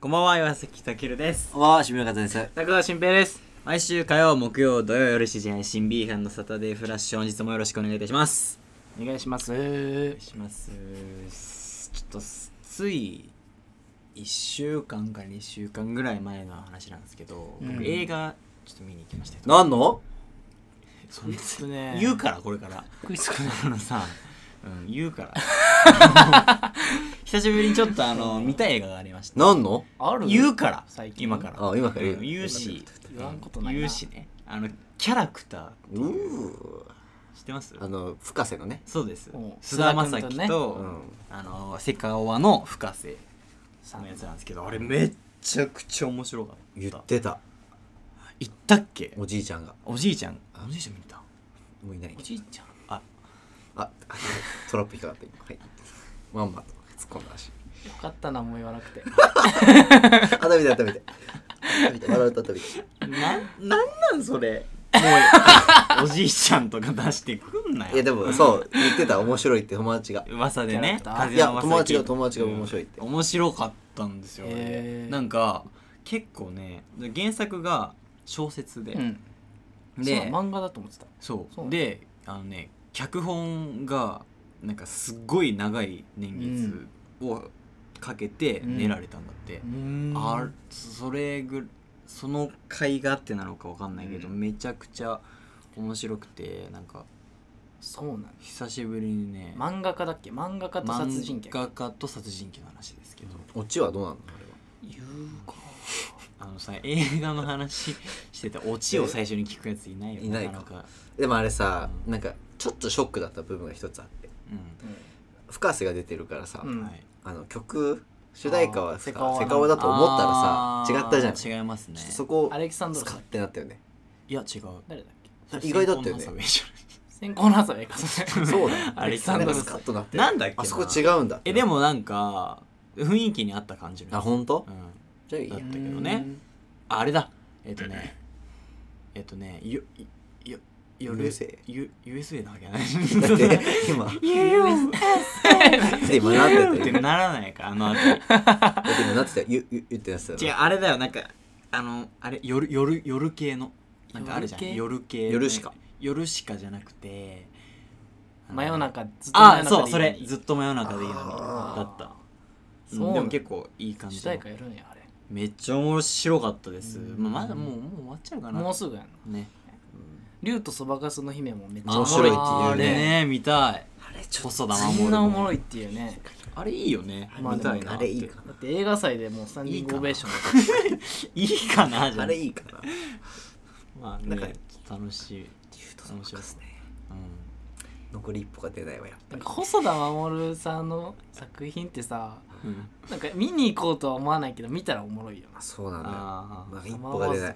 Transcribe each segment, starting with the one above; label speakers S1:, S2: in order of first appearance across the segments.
S1: こんばんは、岩崎たけるです。
S2: こんばんは、しみのかたです。
S3: 中川新平です。
S1: 毎週火曜、木曜、土曜夜7時配信 B 班のサタデーフラッシュ、本日もよろしくお願いいたします。
S3: お願いします
S1: お願い。します。ちょっと、つい、1週間か2週間ぐらい前の話なんですけど、
S3: うん
S1: 僕映画、ちょっと見に行きましたよ
S2: 何の
S1: そんな
S3: とね
S1: 言うから、これから。
S3: クイズくん。
S1: あのさ、うん、言うから。 久しぶりにちょっと、あの、見たい映画がありました。
S2: 何の
S3: ある
S1: 言うから
S3: 最近
S1: 今から
S2: あ今から言う
S1: 言うし
S3: 言わんことないな
S1: 言うしねあのキャラクターって
S2: う
S1: いう
S2: ー
S1: 知ってます
S2: あの、深瀬のね。
S1: そうです
S3: うん
S1: 菅田将
S3: 菅田君と
S1: 暉
S3: ね
S1: と
S2: うん
S1: あのセカオワの深瀬
S3: さ
S1: のや
S3: ん
S1: つなんですけどあれめっちゃくちゃ面白かった
S2: 言ってた、
S1: 言ったっけ
S2: おじいちゃんが。
S1: おじいちゃんおじいちゃん見た
S2: もういない
S3: お。じいちゃん。
S1: あ
S2: あ、トラップ引っかかって、今はい。まんまと突っ込んだ足。
S3: よかったな、もう言わな くて。
S2: あ、食べて、食べて。食べて、笑うと食べて。
S1: ななんなんそれも うおじいちゃんとか出してくんない
S2: や、でも、そう、言ってた、面白いって友達が。
S1: 噂でね
S3: キャラクター
S1: 風の噂
S2: い
S1: 聞
S2: や友達が
S1: て
S2: 友達が面白いって
S1: うん面白かったんですよ、
S3: へ
S1: 俺
S3: ー
S1: なんか結構ね原作が小説で、
S3: うん。そう
S1: で
S3: 漫画だと思ってた。
S1: そう
S3: そう
S1: であのね脚本がなんかすっごい長い年月をかけて練られたんだって、あそれぐその回があってなのかわかんないけど、
S2: う
S1: めちゃくちゃ面白くてなんか
S3: そうなんだ。
S1: 久しぶりにね
S3: 漫画家だっけ漫画家と殺人
S1: 漫
S3: 鬼。
S1: 画家と殺人鬼の話ですけど、
S2: オチはどうなのあれは。
S3: 言うか。
S1: あのさ映画の話しててオチを最初に聞くやついないよ
S2: いないか
S1: なかなか、
S2: でもあれさ、
S1: うん
S2: なんか、ちょっとショックだった部分が一つあって。深瀬が出てるからさ、
S3: うん
S1: うんはい、
S2: あの、曲、主題歌は
S3: あーセ
S2: セ
S3: カオワな
S2: カオワだと思ったら
S1: あ
S2: さ、
S1: ー
S2: 違ったじゃん。
S1: 違いますね
S2: ちょっとそこを
S3: アレキサンド
S2: ス
S3: ロ
S2: カ
S3: ス
S2: ッ。てなったよね
S1: いや違う
S3: 誰だっけ
S2: 意外だったよね
S1: 先方のハサウェイじゃ
S3: 先行
S2: そ
S3: のハサウェイか。
S2: うだ
S1: アレキサンドロス
S2: スカッとなって
S1: ないなんだっけな
S2: あそこ違うんだ
S1: えでもなんか雰囲気に合った感じの
S2: あ本当
S1: う？ん、
S2: じゃあいいや
S1: だったけどねああれだえっ、とねえっ、とねよよ夜
S2: USA
S1: ゆ USA なわけない
S2: だ って今で今なってたよ
S1: って
S2: だ
S1: ならないからあの後
S2: って今なってたよゆゆ言ってやつだよ
S1: 違う
S2: ね
S1: あれだよなんかあのあれ夜夜夜系のなんかあるじゃん夜
S3: 夜
S1: 系
S3: 系
S2: 夜しか
S1: 夜しかじゃなくてあの
S3: 真夜中、ずっと真
S1: あ
S3: 夜中でいいの
S1: そう
S3: に
S1: それずっと真夜中でいいのに
S2: あ
S3: ー
S1: だった
S3: そううんなんだ
S1: でも結構いい感じ
S3: 主
S1: の
S3: 題歌やるんや、あれ。
S1: めっちゃ面白かったです
S3: うん
S1: まあまだもうもう終わっちゃうかな
S3: もうすぐやんな。
S1: ね
S3: 竜とそばかすの姫もめっちゃ
S2: 面白いって
S1: あ
S2: 言うね
S1: れね見たい
S2: あれちょっ
S1: 細田
S3: あ
S1: 守
S3: そんなおも
S1: い
S3: ろいっていうね。
S1: あれいいよね
S3: まあ
S1: 見
S3: でも
S1: たいな
S2: あ
S1: って
S2: れいいか
S3: だって映画祭でもうスタンディングオベーションだった
S1: いいかなじ
S2: な
S1: ゃ
S2: あ
S1: ん
S2: れいいかな
S1: まあ
S2: な
S1: ね
S2: んか
S1: 楽しいうん
S2: 面白いですね残り一歩が出ないわやっぱ
S3: なん
S2: り
S3: か細田守さんの作品ってさ
S1: うん
S3: なんか見に行こうとは思わないけど見たらおもろいよな
S2: あそうなんだよ
S1: あ
S2: ま
S1: あ
S2: あ一歩が出ない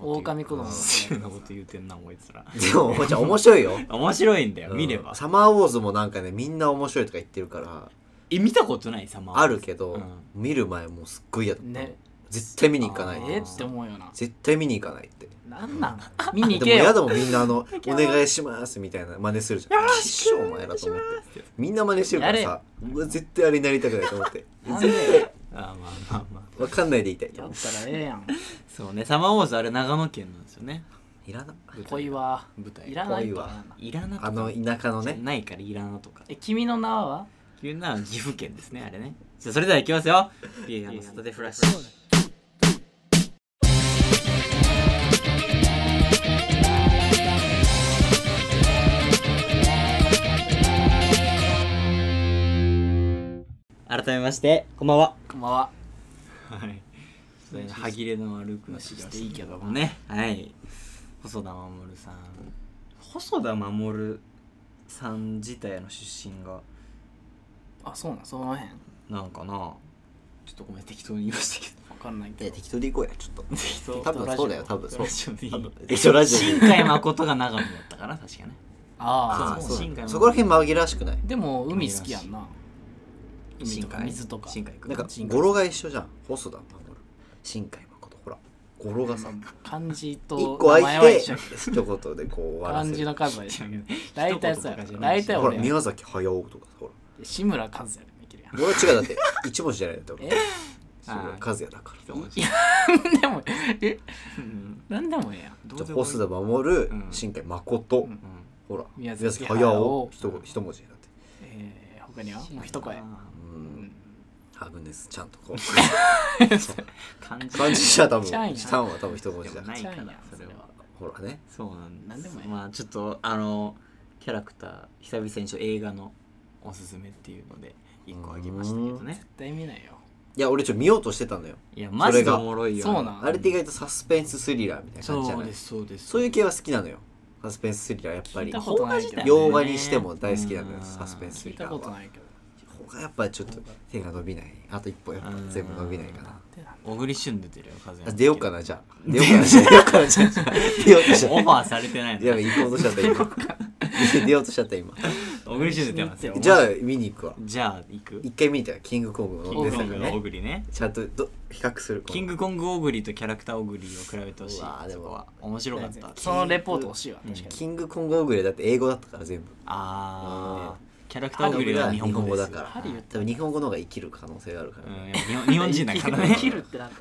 S3: 狼子供
S1: そんなこと言うてんなこいつら
S2: でもほちゃん面白いよ
S1: 面白いんだよ
S2: うん
S1: 見れば
S2: サマーウォーズもなんかねみんな面白いとか言ってるから
S1: え見たことないサマー
S2: あるけど
S1: うん
S2: 見る前もうすっごいやった
S3: ね
S2: 絶対見に行かない
S1: あ
S3: え
S1: ー
S3: えって思うよな
S2: 絶対見に行かないって
S3: なんなん見に
S2: でも
S3: 行け
S2: や
S3: よ
S2: だもんみんなあの「お 願いします」みたいな真似するじゃん「きっしょお前ら」と思ってみんな真似してるからさうわ絶対あれになりたくないと思 って
S3: なんで
S2: 絶対
S1: あーまあまあまあ
S2: わかんないでいたい
S3: やったらええやん
S1: そうねサマーウォーズあれ長野県なんですよね
S2: いらな
S3: 恋は
S1: 舞台
S3: いらない
S2: 恋
S3: と
S2: は
S3: かなんだ
S1: いらなとか
S2: あの田舎のね
S1: ないからいらなとか
S3: え君の名は
S1: いうのは岐阜県ですねあれねじゃあそれではいきますよ B 班のサタデーフラッシュ改めましてこんばんは
S3: こんばんは
S1: はい歯切れの悪くしていいけどもねはい細田守さん細田守さん自体の出身が
S3: あそうなんその辺わ
S1: なんかなちょっとごめん適当に言いましたけど
S3: かんない
S2: い
S3: け
S2: や
S3: ど
S2: 適当で行こうやちょっと
S1: 適当
S2: 多分そうだよ多分そう
S1: ラジオでいい
S2: 多分一緒ラジオ
S1: 新海誠が長野だったから確かね
S3: あ
S2: あ
S3: あ
S2: ー
S3: そう
S2: そ
S1: 新
S2: うだ
S1: 海
S2: そこら辺紛らわしくない
S3: でも海好きやんな
S1: 新海
S3: 水とか
S1: 新海く
S2: なんか
S1: 新海
S2: 語呂が一緒じゃん細田守新海誠ほら語呂がさ
S3: 漢字と
S2: 一個
S3: 名前は
S2: 空い
S3: 一緒
S2: て
S3: やけど
S2: 一言でこう終わら
S3: 漢
S2: せ
S3: 字
S2: る
S3: の数は一緒やけど大体そう
S1: 一言
S3: や
S1: とかじゃない
S3: 大体
S2: ほ
S3: 俺
S2: ら宮崎駿とかさほら
S3: 志村和也でもいけるやん
S2: 俺は違うだって一文字じゃないだって
S3: え
S2: 俺それは和也だか
S1: 人 面白い
S3: なんでもえ
S1: うん
S3: なんでもええやん
S1: ど
S2: ら
S1: う
S2: じゃ
S1: で
S2: あ
S1: もいい
S2: 細田守
S1: うん
S2: 新海誠、
S3: ん
S1: うん
S2: ほら
S3: 宮
S2: 宮
S3: 崎
S2: 崎駿
S3: 駿
S2: 一言一文字になって
S3: えー、他にはもう一声
S1: あ
S2: う
S3: うんん
S2: ハグネスちゃんとこう
S1: ー感じ
S2: 感じ者多分
S3: ちゃんや
S2: したんは多分一文字
S1: で
S2: だ
S1: もないか
S3: ちゃん
S1: ら
S3: や
S1: それは
S2: ほらね
S1: そうなん
S3: なんでもいい
S1: まあちょっとあのキャラクター久々にちょっと映画のおすすめっていうので一個あげましたけどね
S3: 絶対見ないよ
S2: いや俺ちょっと見ようとしてたのよ
S1: いやマジで
S2: それが
S1: おもろいよ
S3: そうなん
S2: あれって意外とサスペンススリラーみたいな感じじゃ
S1: そう
S2: ない
S1: ですそうです
S2: そういう系は好きなのよサスペンススリラーやっぱ
S3: 聞い
S2: り
S3: たことないけど、ね、
S2: 洋画にしても大好きなのよ
S1: うん
S2: サスペンスス
S3: 聞い
S2: リラ
S3: た
S2: ー
S3: こと
S2: は
S3: ないけど
S2: ほがやっぱちょっと手が伸びないあと一歩やっぱ全部伸びないかな
S3: ってなんだ
S1: 小栗旬出てるよ風
S2: あ出ようかなじゃあ出ようかなじゃあ出ようかなじゃあ出ようとしちゃ
S1: オ
S2: っ
S1: ファーされてない
S2: たいや
S1: の
S2: 行こうとしちゃった今出ようとしちゃった今
S1: 小栗旬出てますよ
S2: じゃあ見に行くわ
S1: じゃあ行く
S2: 一回見たらキングコン
S1: キ
S2: グ
S1: ン
S2: の
S1: グ
S2: 出
S1: コング
S2: 作
S1: の小
S2: ね
S1: 栗ね
S2: ちゃんとど比較する
S1: キングコング小栗とキャラクター小栗を比べてほしいう
S2: わーで
S1: そ
S2: も
S1: こは面白かった
S3: そのレポート欲しいわ確かに、
S2: キングコングオグレだって英語だったから全部
S1: あ
S2: あ
S1: ーキャラクター小栗は日本語
S2: だ
S1: だ
S2: か
S1: からら
S3: ハリウッド
S2: 多分日本語の方が生きる可能性があるから
S1: うんや
S2: ね
S1: っぱ日本日本人だからね
S3: 生き るってなんだ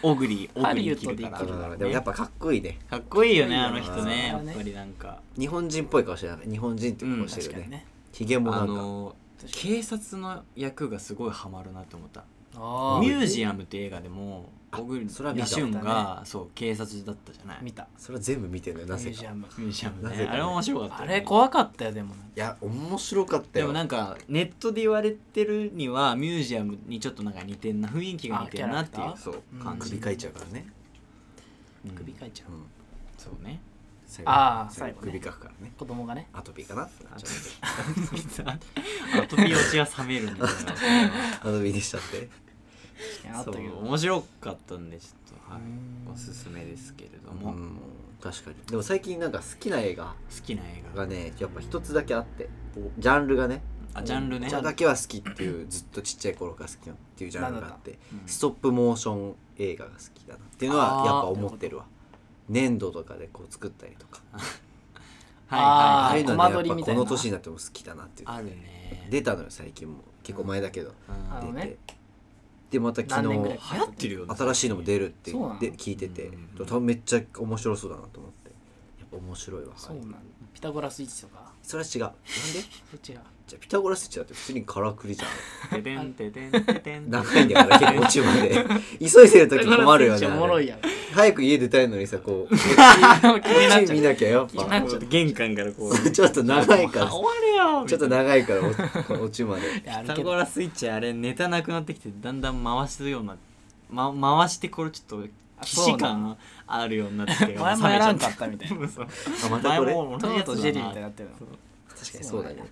S1: 小栗小栗生きるか
S3: ハ
S1: ら
S3: リウッドで生きる
S2: うんでもやっぱかっこいいね
S1: かっこいいよねあの人ね
S3: あ
S1: や
S3: ー
S1: っぱりなんか
S2: 日本人っぽい顔してない日本人っていう顔して
S3: 確
S2: る
S3: か
S2: よ
S3: に
S2: ね
S3: ね
S2: ひげもな
S1: あ
S2: んか
S1: の
S3: 確かに
S1: 警察の役がすごいハマるなと思った
S3: ああ
S1: ミュージアムって映画でも小栗
S2: それは見た
S1: 旬がそう警察だったじゃないミ
S3: 見た
S2: それは全部見てるのよ
S3: ミ
S2: な
S3: ュ
S2: ぜ
S3: ージ
S2: か
S3: アム
S1: ュージアム
S2: なぜ
S1: ね
S2: かね
S1: あれ面白かった
S3: あ
S1: よね
S3: れ怖かったよでも
S2: いや面白かった
S1: で
S2: よ
S1: もなんかネットで言われてるにはミュージアムにちょっとなんか似てんな雰囲気が似てんなってい
S3: あ
S1: う
S3: キ
S1: そう
S3: うん
S1: 感じ
S2: 首かいちゃうからね
S1: うん
S3: 首かいちゃう
S2: うん
S1: そうね
S2: 最
S3: あー最後ね
S2: 首かくからね
S3: 子供がね
S2: アトピーかなってなっちゃう
S1: アトピー落ちが冷めるんだよ
S2: アトピーでしたって
S3: あった
S1: そう
S3: けど
S1: 面白かったんでちょっとはいう お
S3: ん
S1: すすめですけれど
S2: う
S1: も好
S2: ん確かにでも最近なんか好きな映画
S1: きな映
S2: が
S1: 画
S2: ねやっぱ一つだけあってジャンルがね
S1: あジャンル
S2: お
S1: ね
S2: 茶だけは好きっていうずっとちっちゃい頃から好きなっていうジャンルがあって
S1: うん
S2: ストップモーション映画が好きだなっていうのはやっぱ思ってるわ粘土とかでこう作ったりとか
S3: あー
S1: はいはいはい
S2: いうの
S3: コマ
S2: や
S3: 撮
S2: っ
S3: り
S2: ぱ
S3: みたい
S2: こ
S3: な
S2: の年になっても好きだなっていう
S1: あるね
S2: 出たのよ最近も結構前だけど
S1: うん
S3: あ
S2: 出
S3: の
S2: て、
S3: ね
S2: でまた昨
S3: 何年ぐら
S2: 日
S3: い
S1: 流行ってるよね
S2: 新しいのも出るって
S3: そうなの
S2: で聞いてて
S1: うん
S2: 多分めっちゃ面白そうだなと思ってやっぱ面白いわ
S3: そうなんだピタゴラスイッチとか
S2: それは違うなんで
S3: そっちが
S2: じゃあピタゴラスイッチだって普通にカラクリじゃ
S1: て
S2: ん
S1: てんててんててん
S2: 長いんだから結構落ちまで 急いでる時困るよね
S3: ピタゴラスイッチおもろいやん気
S2: 早く家出たいのにさ こうこ
S3: にな
S2: っ
S3: っ
S2: ち
S3: ちゃ
S2: 見
S3: う
S2: なきゃ やっ
S3: 気にな
S2: ぱ
S3: っちゃう
S1: 玄関からこう
S2: ちょっと長いから
S1: 終われよ
S2: ちょっと
S1: みたい
S2: 長いからおこう落ちまで
S3: いや
S1: な
S3: ある
S1: ピタ
S3: け
S1: ゴ
S3: ど
S1: ラスイッチあれネタなくなってきてだんだん回すようなま回してこれちょっと
S3: あ
S1: 既
S3: そう
S1: 視
S3: な
S1: 感あるようになってきて
S3: 前もやらんかったみたいな
S1: そう
S2: あまた
S1: 前
S2: これ
S1: も同じ
S3: トム
S1: や
S3: と
S1: つ
S3: ジェ
S1: だ
S3: リーみ
S1: な
S3: たいになってるの
S2: 確かにそうだね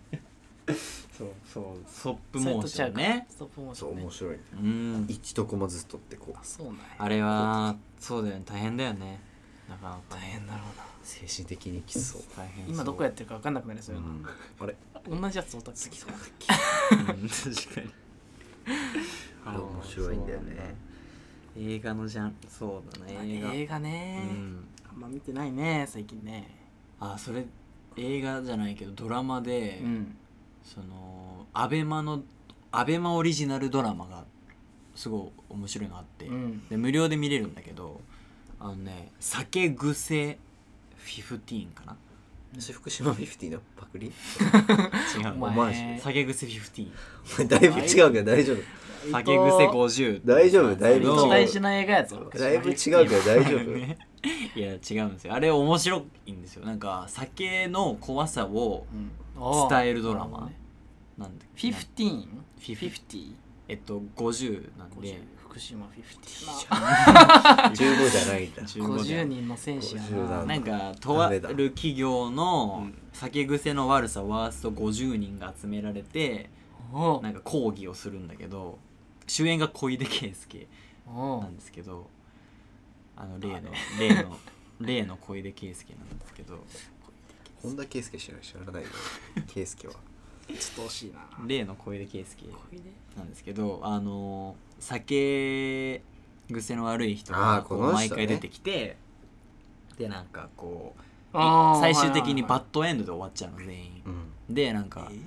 S1: そうそうストップモーションね
S3: ストップモーシ
S2: そ
S3: ョ
S2: う
S3: ンね
S2: 面白い
S1: うん
S2: 一とコマずっとってこう
S3: あそうなんや
S1: あれはそうだよね大変だよねなかなか
S3: 大変だろうな
S2: 精神的にきつそう
S1: 大変そう
S3: 今どこやってるか分かんなくなりそううや
S2: んあれ
S3: な同じやつおたつきそう
S1: うん確かに
S2: あれ面白いんだよね
S1: 映画のじゃんそうだね映画
S3: 映画ね
S1: うん
S3: あんま見てないね最近ね
S1: あそれ映画じゃないけどドラマで、
S3: うん
S1: そのアベマのアベマオリジナルドラマがすごい面白いのあって、
S3: うん
S1: で無料で見れるんだけどあのね「酒癖15」かな
S2: 私福島フィフティのパクリ
S1: 違う
S3: お前
S2: オマージュ
S1: 酒癖15
S2: だいぶ違うけど大丈夫
S1: 酒癖50
S2: 大丈夫だいぶ違う
S3: 期待しない映画やぞ
S2: だいぶ違うけど大丈夫
S1: ね いや違うんですよあれ面白いんですよなんか酒の怖さを
S3: うん
S1: 伝えるドラマなんで
S3: フィフティーン
S1: 50
S3: フィフティ
S1: えっと50なんで
S3: 福島フィフテ
S2: 15じゃないんだ
S3: ィー
S1: 15
S3: 50
S1: で
S3: 人の選手や
S2: 50だ
S3: な
S1: なんかとある企業の酒癖の悪さワースト50人が集められて
S3: おう
S1: なんか抗議をするんだけど主演が小出圭介
S3: おう
S1: なんですけどあの例の例の例の小出圭介なんですけど
S2: 本田圭佑知らない知らないよ圭佑は
S3: ちょっと惜しいな
S1: 例の小出圭介
S3: これで
S1: なんですけどあの酒癖の悪い人
S2: あ
S1: が
S2: ー
S1: こ
S2: この
S1: う
S2: 人
S1: 毎回
S2: ね
S1: 出てきて、でなんかこう
S3: あー
S1: 最終的に
S3: はいは
S1: バッドエンドで終わっちゃうの全員、
S2: うん
S1: でなんか
S3: いはいえ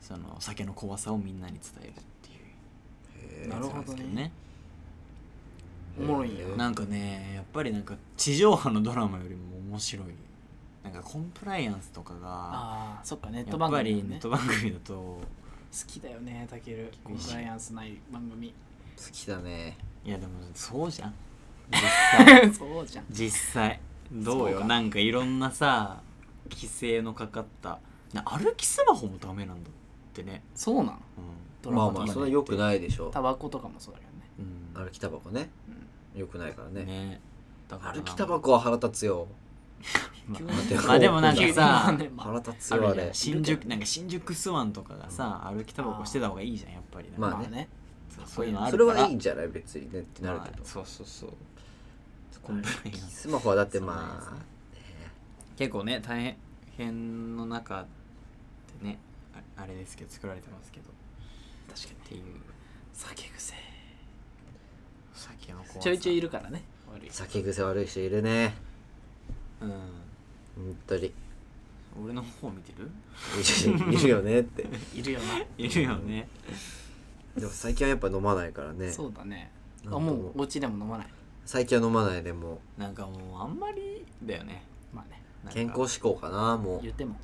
S1: その酒の怖さをみんなに伝えるっていう
S2: え
S3: なるほど
S1: なんですけどね
S3: おもろいんや
S2: えー
S1: なんかねやっぱりなんか地上波のドラマよりも面白いなんかコンプライアンスとかが
S3: ああそっかネッ
S1: や
S3: ト
S1: っ
S3: 番
S1: ぱ
S3: 組
S1: り
S3: だ
S1: ネ
S3: ね
S1: ット
S3: 好
S1: 番組だと
S3: きだよねたけるコンプライアンスない番 組
S2: 好きだね
S1: いやでもそう じゃん
S3: そうじゃん
S1: 実際どう
S3: そう
S1: よ
S3: か
S1: なんかいろんなさ規制のかかったな歩きスマホもダメなんだってね、
S3: そうなん
S1: う
S3: ドラ
S2: まあ
S3: マ
S2: ま
S3: と
S2: あ
S3: か
S2: そ
S3: ね
S2: れは良くないでしょ
S3: タバコとかもそうだけどね
S1: んうん、
S2: 歩きタバコね
S3: う
S2: 良くないからね
S1: ねだから
S2: 歩きタバコは腹立つよ
S3: ん
S1: ま
S3: 急に
S2: あ
S1: まあでもなんかさ
S3: 急にまあ
S2: 腹
S3: ね
S2: 立つ
S1: ある
S2: よあ
S1: じゃん
S2: れ
S1: 新宿なんか新宿スワンとかがさ、歩きタバコしてた方がいいじゃんやっぱりなんか
S3: ま
S2: ま
S3: あ
S2: あね
S3: まあね
S1: そうそういうのあ
S2: そ
S1: る
S2: れ
S1: から
S2: はいいんじゃない別にねってなるけ
S1: ま
S2: ど
S1: あそうそうそうコンプライアンス
S2: スマホはだって
S1: そう
S2: ま
S1: なん
S2: あ
S1: 結構ね大変の中でねああれですけど作られてますけどっ
S3: 確か
S1: ていう
S3: に酒癖
S1: 酒の怖さ
S3: ちょいちょいいるからね悪い
S2: 酒癖悪い人いるね
S1: うん
S2: 本当 に
S1: 俺の方見てる
S2: いるよねって
S3: いるよない
S1: るよね
S2: でも最近はやっぱ飲まないからね
S3: そうだね
S2: なん
S3: あ
S2: と
S3: も
S2: も
S3: うお家でも飲まない
S2: 最近は飲まないでも
S1: なんかもうあんまりだよね
S3: まあね
S1: なんか
S2: 健康志向かなも
S3: 言っても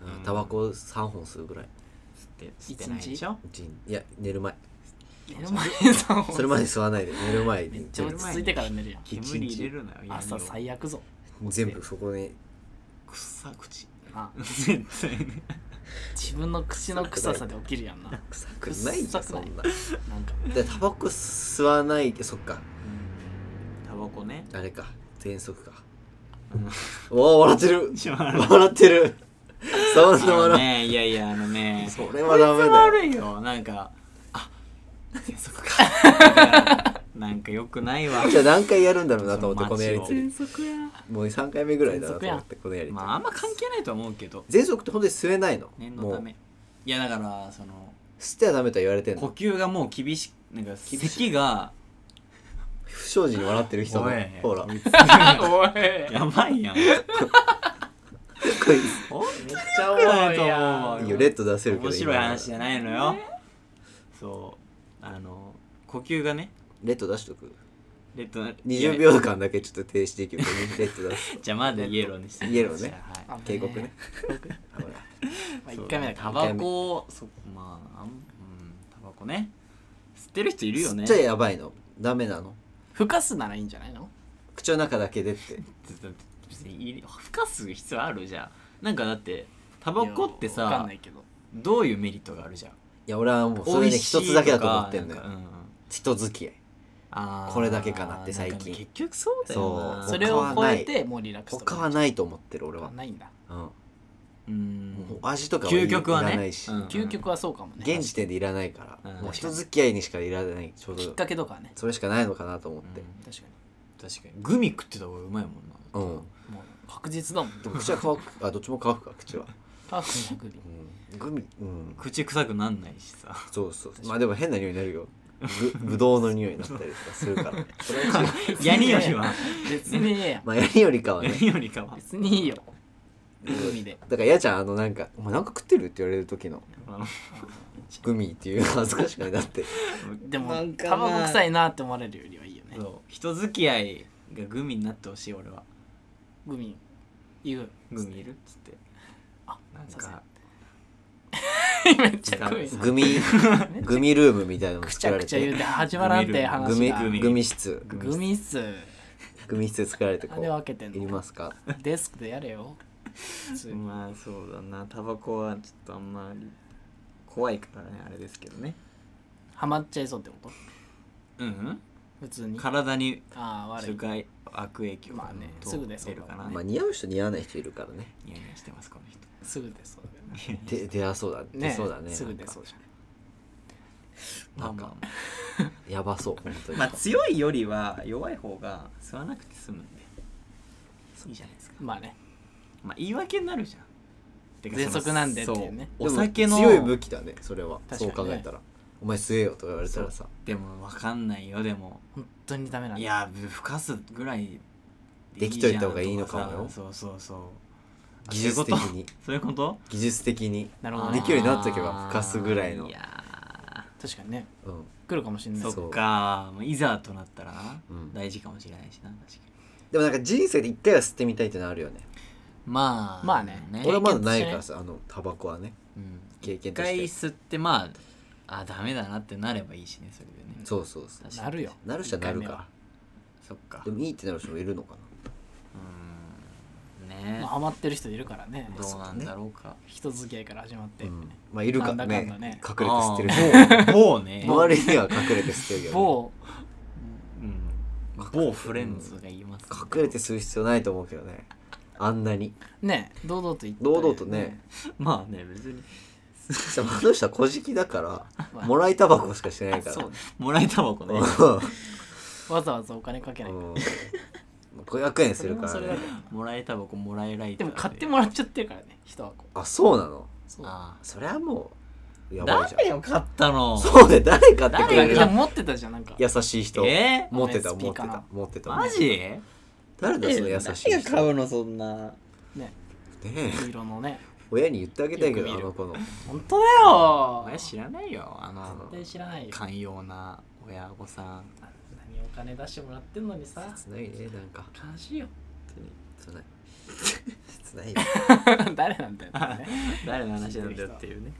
S2: う
S1: うん
S2: うんタバコ3本吸うぐらい
S1: 吸って吸ってないでしょ
S2: 一日いや寝る前
S3: 寝る前さ
S2: それまで吸わないで寝る前
S3: めっ
S2: に
S3: ちゃ落ち着いてから寝るやん
S2: 一日
S1: 煙入れるなよ
S3: 朝最悪ぞ
S2: 全部そこに
S1: 臭口
S3: な
S1: 絶対ね
S3: 自分の口の臭さで起きるやん ななん
S2: 臭くないじゃん
S3: 臭
S2: そ
S3: くない
S2: んな
S3: か
S2: でタバコ吸わないでそっか
S1: タバコね
S2: あれか喘息か
S1: うん
S2: おお笑ってる
S1: しまらない
S2: 笑ってるそんな
S1: あの
S2: 笑
S1: ねいやいやあのね
S2: うそれはダメだよ
S1: 悪いよなんかあ 喘息か なんか良くないわ
S2: じゃあ何回やるんだろうなと思って
S1: そ
S2: こ
S1: う
S2: のやりつり
S3: 息や
S2: もう3回目ぐらいだなと思ってこのやりつり
S1: まああんま関係ないとは思うけど
S2: 喘息って本当に吸えないの
S1: 念の
S2: も
S1: た
S2: う
S1: めいやだからその
S2: 吸ってはダメとは言われてん
S1: 呼
S2: の
S1: 吸がもう厳しなんか
S2: 厳しい
S1: 咳が
S2: 不祥事に笑ってる人も
S1: おい
S2: ほら
S3: おい
S1: やばいやん
S2: こいつ
S1: 本
S2: めっちゃ
S1: 当だと
S2: いい
S1: 思
S2: よ
S1: う
S2: レッド出せるけど
S1: 面白い話じ
S2: 今
S1: ゃないのよそうあの呼吸がね
S2: レッド出しとく
S1: レッドな
S2: 20
S1: いや
S2: 秒間だけちょっと停止できるけどレッド出す
S1: じゃあまだイエローにして
S2: イエローね
S1: じゃあはい
S2: 警告 ねほら
S3: まあ一回目だか
S1: タ
S3: ら
S1: バコをそまああんうんタバコね吸ってる人いるよ
S2: 吸
S1: ね
S2: っちゃやばいのダメなの
S3: ふかすならいいんじゃないの
S2: 口の中だけでって
S1: 別にいりふかす必要あるじゃんなんかだってタバコって
S3: いやわかん
S1: さ
S3: ないけど
S1: どういうメリットがあるじゃん
S2: いや俺 はもう
S1: 美
S2: それ
S1: 味
S2: ね
S1: しいと
S2: 一
S1: か
S2: つだけだと思ってんのよ
S1: なかうん
S2: 人付き合い
S1: あー
S2: これだけかなって最近
S1: んかね結局そうだよな
S2: そう
S3: それを超えてもうリラックスとか
S2: 他はないと思ってる俺は
S3: ないんだ
S2: うんも
S1: うん
S2: う味とかはい
S1: 究極はい
S2: ら
S1: ね
S2: ないし
S1: うん
S3: 究極はそうかもね
S2: 現時点でいらないか
S1: う
S2: ら
S1: ん
S2: もう人付き合いにしかいらないちょう
S3: きっ
S2: ど
S3: かけとかはね
S2: それしかないのかなと思っ
S1: うん
S2: て
S3: 確か
S1: 確かにグミ食ってた方がうまいもん
S2: う
S1: なん
S3: にもう確実だもん
S2: でも口は乾くあどっちも乾くか口は
S3: パーフェクト
S2: うんグミうん
S1: 口臭くなんないし さ
S2: そうそうまあでも変な匂いになるよ ぶぶどうの匂いになったりとかするからそれ は違う
S1: ヤニより は
S3: 別にええやん
S2: まあやりよりかは
S1: ヤ
S2: ね
S1: ニよりか は
S3: 別にいいよグミで
S2: だからやちゃんあのなんか「お前なんか食ってる?」って言われる時の
S1: あの
S2: グミっていう恥ずかしくないだ って
S3: でも
S2: なんかな
S3: タバコ臭いなって思われるよりはいいよね
S1: そう人付き合いがグミになってほしい俺は
S3: グミ言う
S1: グミいるっつって
S3: あ
S1: なん
S3: そうそう
S1: か
S3: めっちゃグミ
S2: グミグミルームみたいなの
S3: くち
S2: 作
S3: ゃ
S2: ら
S3: く
S2: れ
S3: ちゃ言う
S2: て
S3: て始まらんって
S2: グ
S3: 話
S2: ミ
S3: が
S1: グミ
S2: グミ室
S3: グミっす
S2: グミ室作られて
S3: な
S2: こ
S3: んで
S2: う
S3: 分けて
S2: いり
S3: んの
S2: ますか
S3: デスクでやれよ普通に
S1: まあそうだなタバコはちょっとあんまり怖いからねあれですけどね
S3: ハマっちゃいそうってこと
S1: うん
S3: 普通にあ
S1: 体に
S3: あ悪
S1: 悪
S3: い
S1: 害悪影響
S3: まあねすぐ出そう
S1: る
S3: だ
S1: か
S3: からら
S1: ね、
S2: まあ似合う人似合わない人いるから ね
S1: ニヤニヤしてますこの人
S3: すぐ出そうだよね
S2: で出やそうだ
S3: ね
S2: 出そうだね
S3: すぐ出
S2: なんか
S3: そうじゃん
S1: まあまあ
S2: やばそう本当に
S1: まあ強いよりは弱い方が吸わなくて済むんでいいじゃないですか
S3: まあね
S1: まあ言い訳になるじゃんてか
S3: 喘息
S1: その
S3: なんでっていうね
S1: そうお酒の
S2: でも強い武器だねそれは
S3: 確か
S2: そ
S3: に
S2: う
S3: ね
S2: 考えたら「お前吸えよ」とか言われたらさ
S1: でもわかんないよでも
S3: 本当にダメなんだ
S1: いやぶふかすぐらいいい
S2: できといた方がいいのかもよ
S1: じゃんとかさそうそうそうあ
S2: 技術的に
S1: そういうこと
S2: 技術的に
S3: なるほど
S2: で
S3: ね
S2: きるようになっとけばふかすぐらいの
S1: いや
S3: 確かにね
S2: うん
S3: 来るかもしれない
S1: そ
S2: そう
S1: っかまあいざとなったらな、
S2: うん
S1: 大事かもしれないしな確かに
S2: でもなんか人生で一回は吸ってみたいってのあるよね
S1: まあ
S3: まあね
S2: 俺はまだないからさあのタバコはね
S1: うん
S2: 経験
S1: 一
S2: と
S1: 回
S2: して
S1: 吸ってまああダメだなってなればいいしねそれでね
S2: そうそうそう
S1: 確かに
S3: なるよ
S2: なる人はなるか
S1: そっか
S2: でもいいってなる人もいるのかな
S1: うーん
S3: ま
S1: ね
S3: あハマってる人いるからね
S1: どうなんだろうか
S3: 人付き合いから始まって、
S2: うんまあいるか
S3: なんだか
S2: ね
S3: んだね
S2: 隠れて吸ってる
S1: あー某某ね
S2: 人 周りには隠れて吸ってるけど、ね、
S3: 某
S1: うん某フレンズがいますね
S2: 隠れて吸う必要ないと思うけどねあんなに
S3: ね堂々と言って
S2: 堂々とね
S1: まあね別に
S2: でもあの人は小じきだから
S3: まあ
S2: もらいタバコしかしてないから
S3: そうね
S1: もらいタバコね
S3: わざわざお金かけない、
S2: うん500円するから
S3: それは
S2: ね
S3: それだ
S1: もらいタバコもらえライタ
S3: で
S1: ー
S3: も買ってもらっちゃってるからね人はこう
S2: あそうなの
S3: そう
S1: あ
S2: そりゃも
S1: あ
S2: うやばいじゃ
S1: 誰
S2: ん
S1: よ買ったの
S2: そうね誰買ってくれ
S3: 誰
S2: る
S3: が持ってたじゃんなんか
S2: 優しい人
S1: え
S2: 持ってた
S3: ごめん
S2: 持って
S3: スピーカー
S2: た持ってた
S1: マジ
S2: 誰だその優しい
S1: 誰が買
S2: 人
S1: うのそんな
S3: ね
S2: ねえ
S3: 色のね
S2: 親に言ってあげたいけど
S3: よ
S2: あ
S3: く見る
S2: の子の
S3: 本当だよ
S1: 親知らないよあの
S3: 絶対知らないよ
S1: 寛容な親御さん
S3: あんなにお金出してもらってんのにさ
S2: 切ないねなんか
S3: 悲しいよ
S2: 切ない切ないよ
S3: 誰なんだよね
S1: 誰の話なんだよっていうね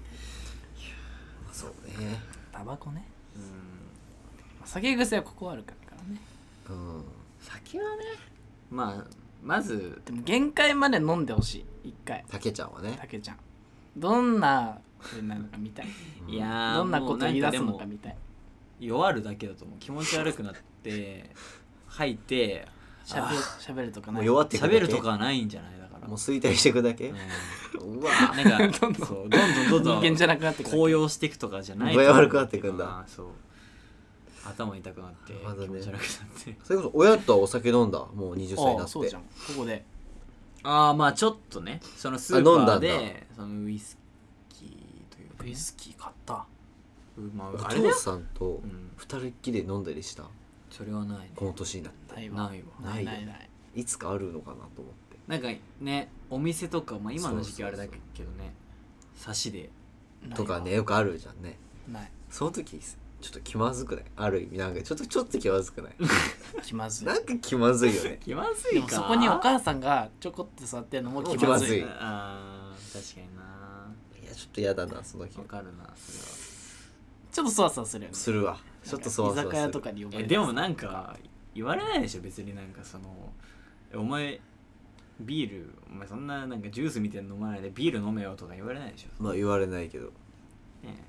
S2: そうね
S3: タバコね
S1: うん
S3: 酒癖はここあるからね
S2: うん
S1: 酒はねまあまず
S3: でも限界まで飲んでほしい一回
S2: たけちゃんはね
S3: たけちゃんどんな風になるのか見たい
S2: うん
S1: いやー
S3: どんなこ
S1: も
S3: と
S1: う
S3: 言い
S1: んかで
S3: 出
S1: す
S3: の
S1: も
S3: か見たい
S1: 弱るだけだと思う気持ち悪くなって吐いて
S3: しゃべしゃべるとか
S2: も
S3: な
S2: う
S3: い
S2: 弱ってくだけ
S1: 喋るとかはないんじゃないだから
S2: もう衰退していくだけ
S1: う
S2: うわ
S1: んなんかそうどんどんどんど
S3: 人間じゃ
S1: ん
S3: なくなってくる
S1: 高揚していくとかじゃない
S2: 具合悪くなってくんだ
S1: あーそう頭痛くなって、
S2: まだね
S1: 気持ち悪くなって
S2: それこそ親とお酒飲んだもう20歳に
S3: あ
S2: な
S3: あ
S2: っ
S3: そうじ
S2: て
S3: ゃんここで
S1: ああまあちょっとねそのスー
S2: あ飲ん
S1: パ
S2: だ
S1: ー
S2: んだ
S1: でそのウイスキーというか
S3: ウイスキー買った
S1: うま
S2: お
S1: ああれだ
S2: 父
S1: よ、
S2: さんと
S1: うん、
S2: 二人っきりで飲んだりした
S1: それはないね
S2: この年になって
S3: ないわ
S1: ないわ
S2: ないよ
S3: ないない
S2: いつかあるのかなと思って
S1: なんかねお店とか、まあ、今の時期
S2: そう
S1: あ
S2: そ
S1: れ
S2: うそ
S1: だ
S2: う
S1: けどね差しで
S3: ないわ
S2: とかねよくあるじゃんね
S3: ない
S2: その時ちょっと気まずくないある意味なんかちょっとちょっと気まず くない
S3: 気まずい
S2: なんか気まずいよね
S1: 気まず
S3: でもそこにお母さんがちょこって座ってるのも気まずい
S2: 気まずい
S1: あー確かにない
S2: やちょっと嫌だなその気
S1: わかるなそ
S3: ちょっとそわそわするよね
S2: するわちょっとそわそ
S3: なん
S2: わ
S3: か
S2: す
S3: 居酒
S2: る
S3: 屋とかに呼
S1: れ
S3: ば
S1: は
S3: れ
S1: え
S3: て
S1: でもなんか言われないでしょ別になんかそのえお前ビールお前そんななんかジュースみたいなの飲まないでビール飲めよとか言われないでしょ、
S2: まあ言われないけど
S1: ねえ、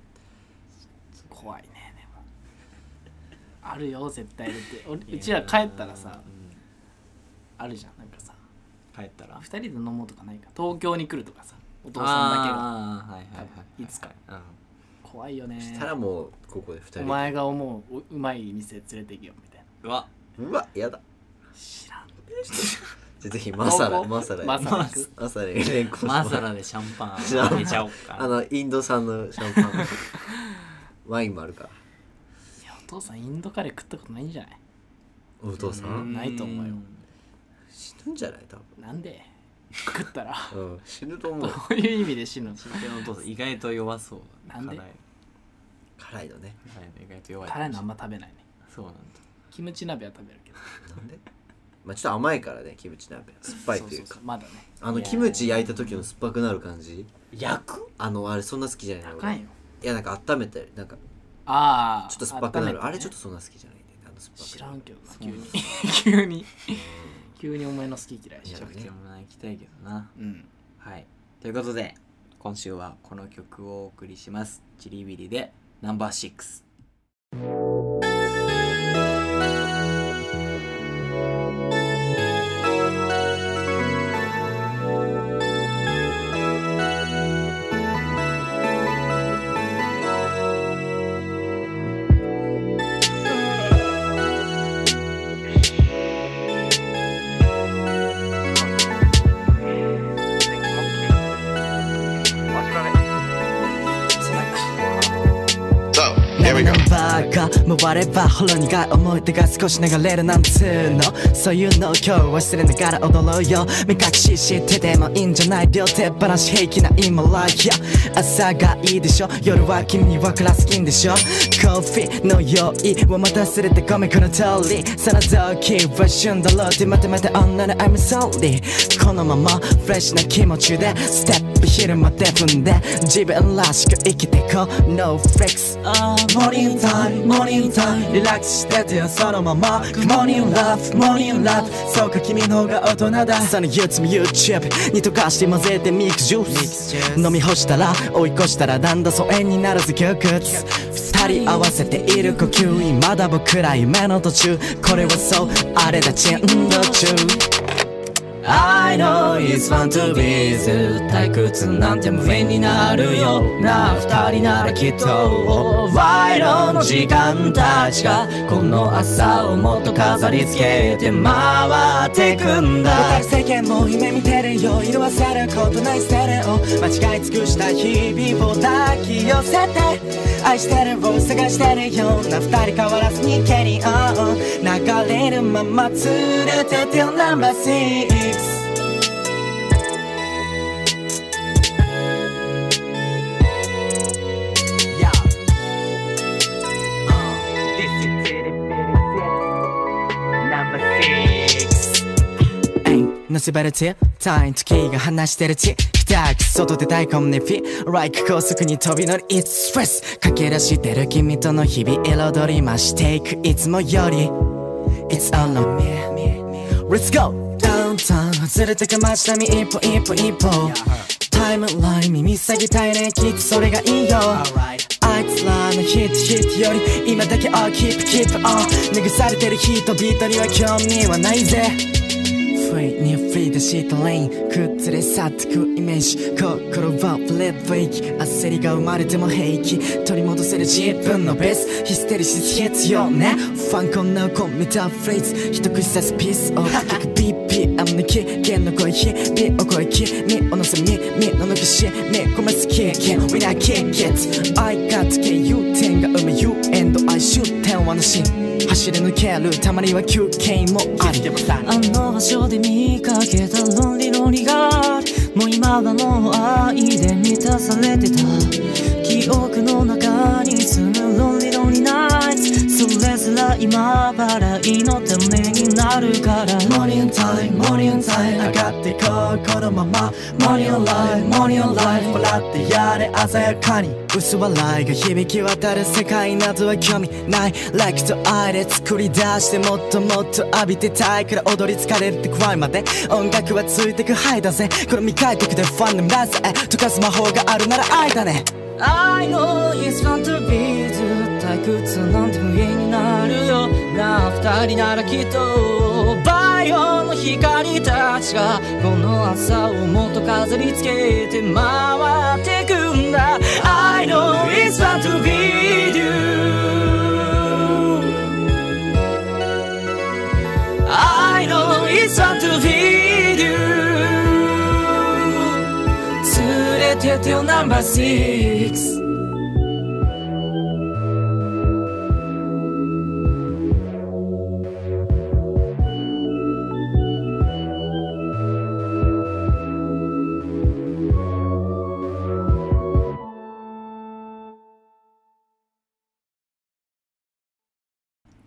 S3: 怖いねでもあるよ絶対だって俺うちら帰ったらさ
S1: うん
S3: あるじゃんなんかさ
S1: 帰ったら
S3: 2人で飲もうとかないか東京に来るとかさお
S1: お
S3: 父さんだけが
S1: はいはいはいはい
S3: いつか、
S1: うん、
S3: 怖いよね
S2: したらもうここで二人
S3: お前が思うううまい店連れて行けよみたいな
S1: うわ
S2: うわやだ
S3: 知らん
S2: じゃあぜひマサ
S3: 高
S2: ラ
S3: 校
S2: マサラ
S3: マサラ行く
S2: マサラに連行してもら
S1: マ
S2: う
S1: サラでシャンパン
S2: 知らん
S1: あげちゃおうか
S2: あのインド産のシャンパンワインもあるから
S3: いやお父さんインドカレー食ったことないんじゃない
S2: お父さ
S1: うん
S2: ん
S3: ないと思うよ
S2: 死ぬんじゃない多
S3: なんで食ったら
S2: 分うん死ぬと思
S3: ど
S2: う
S3: ういう意味で死ぬの
S1: 真剣のお父さん意外と弱そうだ
S3: なんで
S1: 辛い
S2: 辛いのね
S1: 辛いの意外と弱い
S3: 辛いのあんま食べないね
S1: そうなんだ
S3: キムチ鍋は食べるけど
S2: なんでまあちょっと甘いからねキムチ鍋酸っぱいという
S3: そ
S2: か
S3: そまだね
S2: あの
S1: いやー
S2: キムチ焼いた時の酸っぱくなる感じ
S1: 焼く
S2: あのあれそんな好きじゃないの
S3: 高いよ
S2: 俺いやなんか温めたりなんか
S3: ああ
S2: ちょっと酸っぱくなる、
S3: 温めてね
S2: あれちょっとそんな好きじゃないんだよねあの酸っぱく
S3: 知らんけどな
S1: そう
S3: 急に 急に急にお前の好き嫌いしちゃう
S1: 食器もない行きたいけどな
S3: うん
S1: はいということで今週はこの曲をお送りしますチリビリでナンバー6
S4: ナンバーがが回ればほろ苦い思い出が少し流れるなんつうのそういうのを今日忘れながら踊ろうよ目隠ししててもいいんじゃない両手放し平気な今 like よ朝がいいでしょ夜は君は暗すぎんでしょコーヒーの用意を待たせれてごめんこの通りその時は旬だろうってまたまた女の I'm sorry このままフレッシュな気持ちでステップ昼まで踏んで自分らしく生きてこう No flex モーニングタイムモーニングタイムリラックスしててよそのまま Good morning love モーニング love そうか君の方が大人だその憂鬱も YouTube に溶かして混ぜてミックスジュース飲み干したら追い越したらだんだん疎遠にならず窮屈二人合わせている呼吸まだ僕ら夢の途中これはそうあれだ珍道中 I know it's fun to be with 退屈なんて無縁になるよな二人ならきっと賄賂の時間たちがこの朝をもっと飾り付けて回ってくんだ私世間も夢見てるよ色褪せることないステレオ間違い尽くした日々を抱き寄せて愛してるを探してるような二人変わらずにケリオン流れるまま連れてってよ Number Six のせばるち単位月が話してるちひたく外で大根にピ Like 高速に飛び乗り It's stress 駆け出してる君との日々彩り増していくいつもより It's all on me Let's go ダウンタウン外れてく街並み一歩一歩一歩タイムライン耳下げたいねきっとそれがいいよあいつらのヒットヒットより今だけをキープキープオン拭されてる人々には興味はないぜ不意に振り出したレイン崩れ去ってくイメージ心はブレッドイキ焦りが生まれても平気取り戻せる自分のベースヒステリシス必要ねファンコンナウコンメタフレーズ一口刺すピースを聞く BPM 抜き弦の声日々を超え君をのせみ身の抜きしみ込めすき Can we not kick it? I got KU 点が生む You and I shoot 点はなし走り抜けるたまには休憩もあり
S5: あの場所で見かけたロンリロリがもう今はもう愛で満たされてた記憶の中に住むロンリロリナイツそれすら今払いのためになるから
S4: モーニングタイムモーニングタイム上がってこうこのままモーニングライフモーニングライフ笑ってやれ鮮やかに薄笑いが響き渡る世界などは興味ない Like と愛で作り出してもっともっと浴びてたいから踊り疲れるってくらいまで音楽はついてくハイだぜこれ未開拓でファンでもラズへ溶かす魔法があるなら愛だね
S5: I know it's fun to be ずっと退屈なんて無縁になるよなあ二人ならきっとバイオの光たちがこの朝をもっと飾りつけて回ってくんだ I know it's fun to be with you I know it's fun to be with you 連れてってよ number six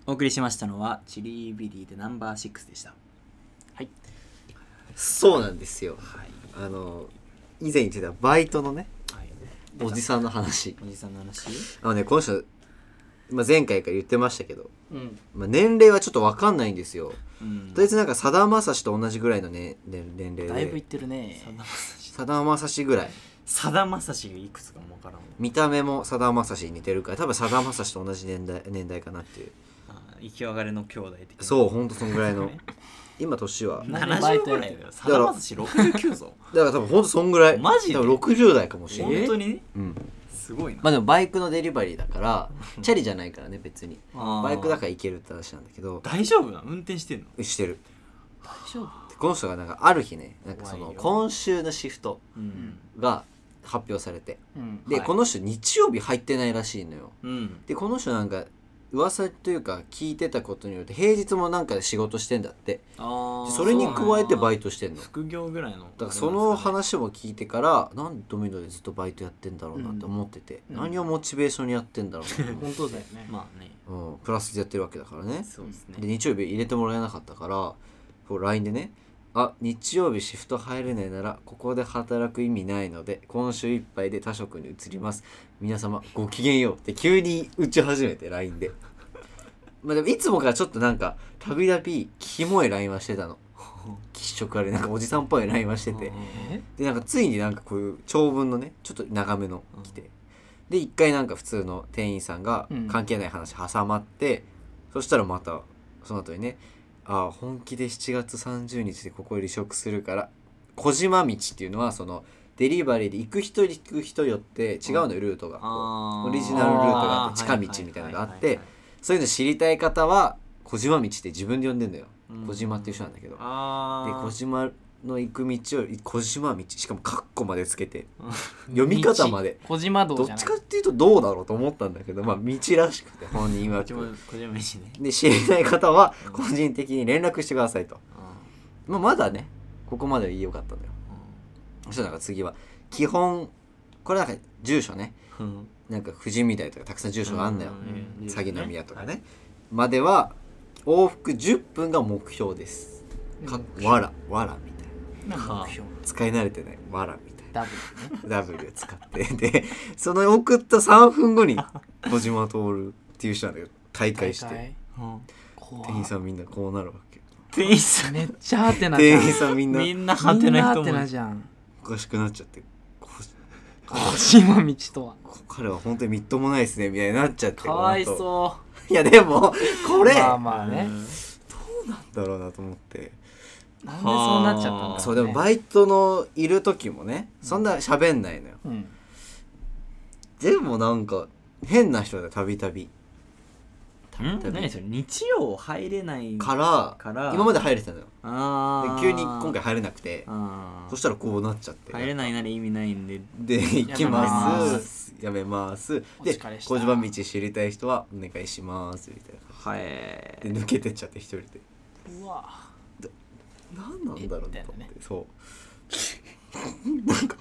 S1: お送りしましたのはチリビリでナンバーシックスでした
S2: そうなんですよあの以前言ってたバイトのね
S1: はい
S2: おじさんの話
S1: おじさんの話
S2: あのねこの人、まあ、前回から言ってましたけど、
S3: うん
S2: まあ、年齢はちょっと分かんないんですよ
S1: うん
S2: とりあえずなんかさだまさしと同じぐらいの、ね、ね年齢で
S3: だいぶいってるね
S2: さだまさしぐらい
S1: さだまさしがいくつかもわからん
S2: 見た目もさだまさしに似てるから多分さだまさしと同じ年代年代かなっていう
S1: あ生き別れの兄弟的な
S2: そうほんとそのぐら いの今年はだか
S1: 70ぐらいだよさだまさし69ぞ
S2: ら多分ほんとそんぐらい
S1: マジで
S2: 多分60代かもしれない、
S1: 本当に
S2: うん、
S1: すごいな
S2: まあでもバイクのデリバリーだからチャリじゃないからね別に
S1: あー
S2: バイクだから行けるって話なんだけど
S1: 大丈夫なの運転してんの
S2: してる
S3: 大丈夫
S2: でこの人がなんかある日ねなんかそ
S1: 怖
S2: の
S1: いよ
S2: 今週のシフト
S1: うん
S2: が発表されて
S3: うん
S2: で、
S1: はい
S2: この人日曜日入ってないらしいのよ
S1: うん
S2: でこの人なんか噂というか聞いてたことによって平日もなんかで仕事してんだって
S1: あ
S2: それに加えてバイ
S1: ト
S2: トしてんのだ
S1: 副業ぐらいのだ
S2: からその話も聞いてからなんでドミノでずっとバイトやってんだろうなって思ってて、
S3: うん
S2: 何をモチベーションにやってんだろうなって思っ
S3: 本当だよね、
S1: まあね
S2: て、うん、プラスでやってるわけだからね
S1: そうです
S2: で
S1: ね
S2: 日曜日入れてもらえなかったからこう LINE でね「あ日曜日シフト入れないならここで働く意味ないので今週いっぱいで他職に移ります皆様ごきげんよう」って急に打ち始めて LINE でまあでもいつもからちょっとなんかたびたびキモい LINE はしてたの 気色悪いなんかおじさんっぽい LINE はしてて
S3: え
S2: でなんかついになんかこういう長文のねちょっと長めの来て、で一回なんか普通の店員さんが
S3: うん
S2: 関係ない話挟まって、そしたらまたその後にね「ああ本気で7月30日でここ離職するから小島道っていうのはそのデリバリーで行く人行く人寄って違うのよルートがこう
S1: あー
S2: オリジナルルートがあって近道みたいなのがあってそういうの知りたい方は小島道って自分で呼んでんだよ、
S1: うん
S2: 小島っていう人なんだけど
S1: あ
S2: で
S1: ー
S2: 小島の行く道を小島道しかもカッコまでつけて
S1: うん
S2: 読み方まで
S3: 道小島道
S2: どっ
S3: じゃな
S2: ち
S3: い
S2: かっていうとどうだろうと思ったんだけどまあ道らしくて本人は
S1: 小島小島飯ね
S2: で知りたい方は個人的に連絡してくださいと、まあ、まだねここまでは良かったんだよそしたらなんか次は基本これなんか住所ね
S1: うん
S2: なんか富士見台とかたくさん住所があんだよ、
S1: うん
S2: 詐欺の宮とかね、までは往復10分が目標ですかっこわらわらみたいな
S3: なんか目標
S2: 使い慣れてないわらみたいな
S3: ダブルね
S2: W を使ってでその送った3分後に小島徹っていう人なんだけど大会して
S1: うん
S3: 怖
S2: 店員さんみんなこうなるわけ
S1: 店員さん
S3: めっちゃハテナじゃん
S2: 店員さんみんな
S1: みんなハ
S3: み
S1: テ
S3: んな
S1: ナ
S3: ハ
S1: 人
S3: テ
S1: も
S3: ナじゃん
S2: おかしくなっちゃってこ
S3: 小島道とは
S2: こ彼は本当にみっともないですねみたいになっちゃって
S3: かわい
S2: この後
S3: そ
S2: いやでもこ
S3: う
S2: れ
S3: まあ
S2: な
S3: まあね
S1: うん
S2: んだろうなと思って
S3: なんでそうなっちゃったんだろうね
S2: そうでもバイトのいる時もねそんな喋んないのよ
S3: うん
S2: でもなんか変な人だたびたび
S1: ん何それ日曜入れない
S2: から
S1: から
S2: 今まで入れてたのよ
S1: あ
S2: で
S1: ー
S2: 急に今回入れなくて
S1: あー
S2: そしたらこうなっちゃって
S1: 入れないなら意味ないんで
S2: で行き
S3: やめ
S2: ま
S3: ます
S2: やめます
S3: お
S2: で
S3: 疲れした
S2: 小島道知りたい人はお願いしますみたいな
S1: はい
S2: で抜けてっちゃって一人で
S3: うわ
S2: 何なんだろう
S3: えみた
S2: と
S3: いな
S2: 思っ
S3: ね
S2: てそう なんか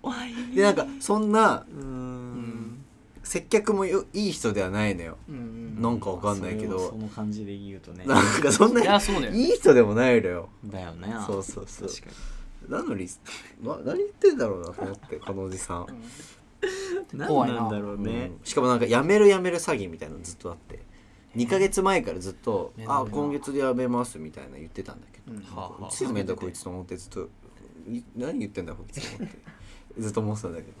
S1: 怖い
S2: でなんかそんな
S1: うーん
S2: 接客もよいい人ではないのよ
S3: うんうん
S2: なんかわかんないけ
S1: それをそ
S2: ど
S1: の感じで言うとね
S2: なんかそん
S3: いや
S2: な
S3: そうだよ
S2: いい人でもないのよ
S1: だよね
S2: そうそうそう
S1: 確か
S2: なのにな何言ってんだろうなと思ってこのおじさん
S1: に
S3: 怖い
S1: 何
S3: な
S1: なんだろうね
S2: うんしかもなんかやめるやめる詐欺みたいなのずっとあって2ヶ月前からずっと「
S3: めんどいな
S2: あ今月でやめます」みたいな言ってたんだけど
S3: うん
S2: なん
S1: はあ
S2: か
S1: はあ
S2: 「ついめんだこいつ」と思ってずっとい「何言ってんだこいつ」と 思ってずっと思ってたんだけど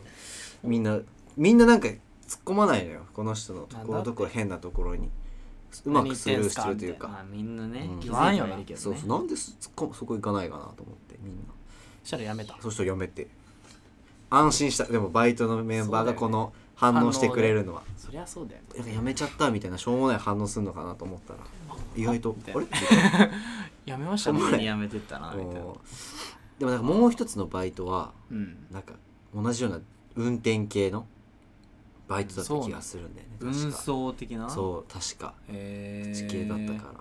S2: みんなみんななんか突っ込まないのよこの人のところどころ変なところにうまくスルーしてるという
S1: まあ
S2: か
S1: みんなね
S2: うん
S1: 気づいてはいるけどね
S2: そうそうなんです突っ込むそこ行かないかなと思ってみんな。
S3: そしたらやめた
S2: そうするとやめて安心したでもバイトのメンバーがこの
S3: ね
S2: 反応してくれるのは、
S3: そりゃそうだよ
S2: なんかやめちゃったみたいなしょうもない反応するのかなと思ったら意外と
S3: たい
S2: あ
S3: な
S2: れ
S3: やめました
S1: 勝
S3: ね
S1: 手にやめてったなみたいな
S2: おーでもなんかもう一つのバイトは
S3: うん
S2: なんか同じような運転系のバイトだった気がするんだよね
S1: 運
S2: 確か
S1: 送的なう
S2: そう確か
S1: へー
S2: 地形だったから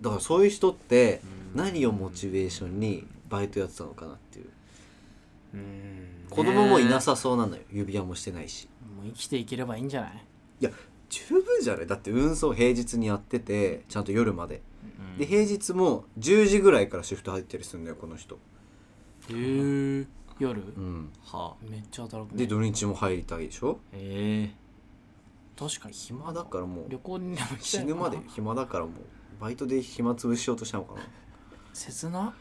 S2: だからそういう人って
S1: うん
S2: 何をモチベーションにバイトやってたのかなっていう
S1: うーん
S2: 子供もいなさそうなのよ指輪もしてないし
S3: もう生きていければいいんじゃない
S2: いや十分じゃないだって運送平日にやっててちゃんと夜まで、
S1: うん
S2: で平日も10時ぐらいからシフト入ったりするんだよこの人、
S3: へえ夜
S2: うん、
S1: は
S3: めっちゃ働く
S2: で
S3: ね
S2: 土日も入りたいでしょ
S1: あへえ
S3: 確かに
S2: 暇だからもう
S3: 旅行にでも行きた
S2: 死
S3: いの
S2: ぬ
S3: かな
S2: まで暇だからもうバイトで暇つぶしようとしたのか
S3: 切な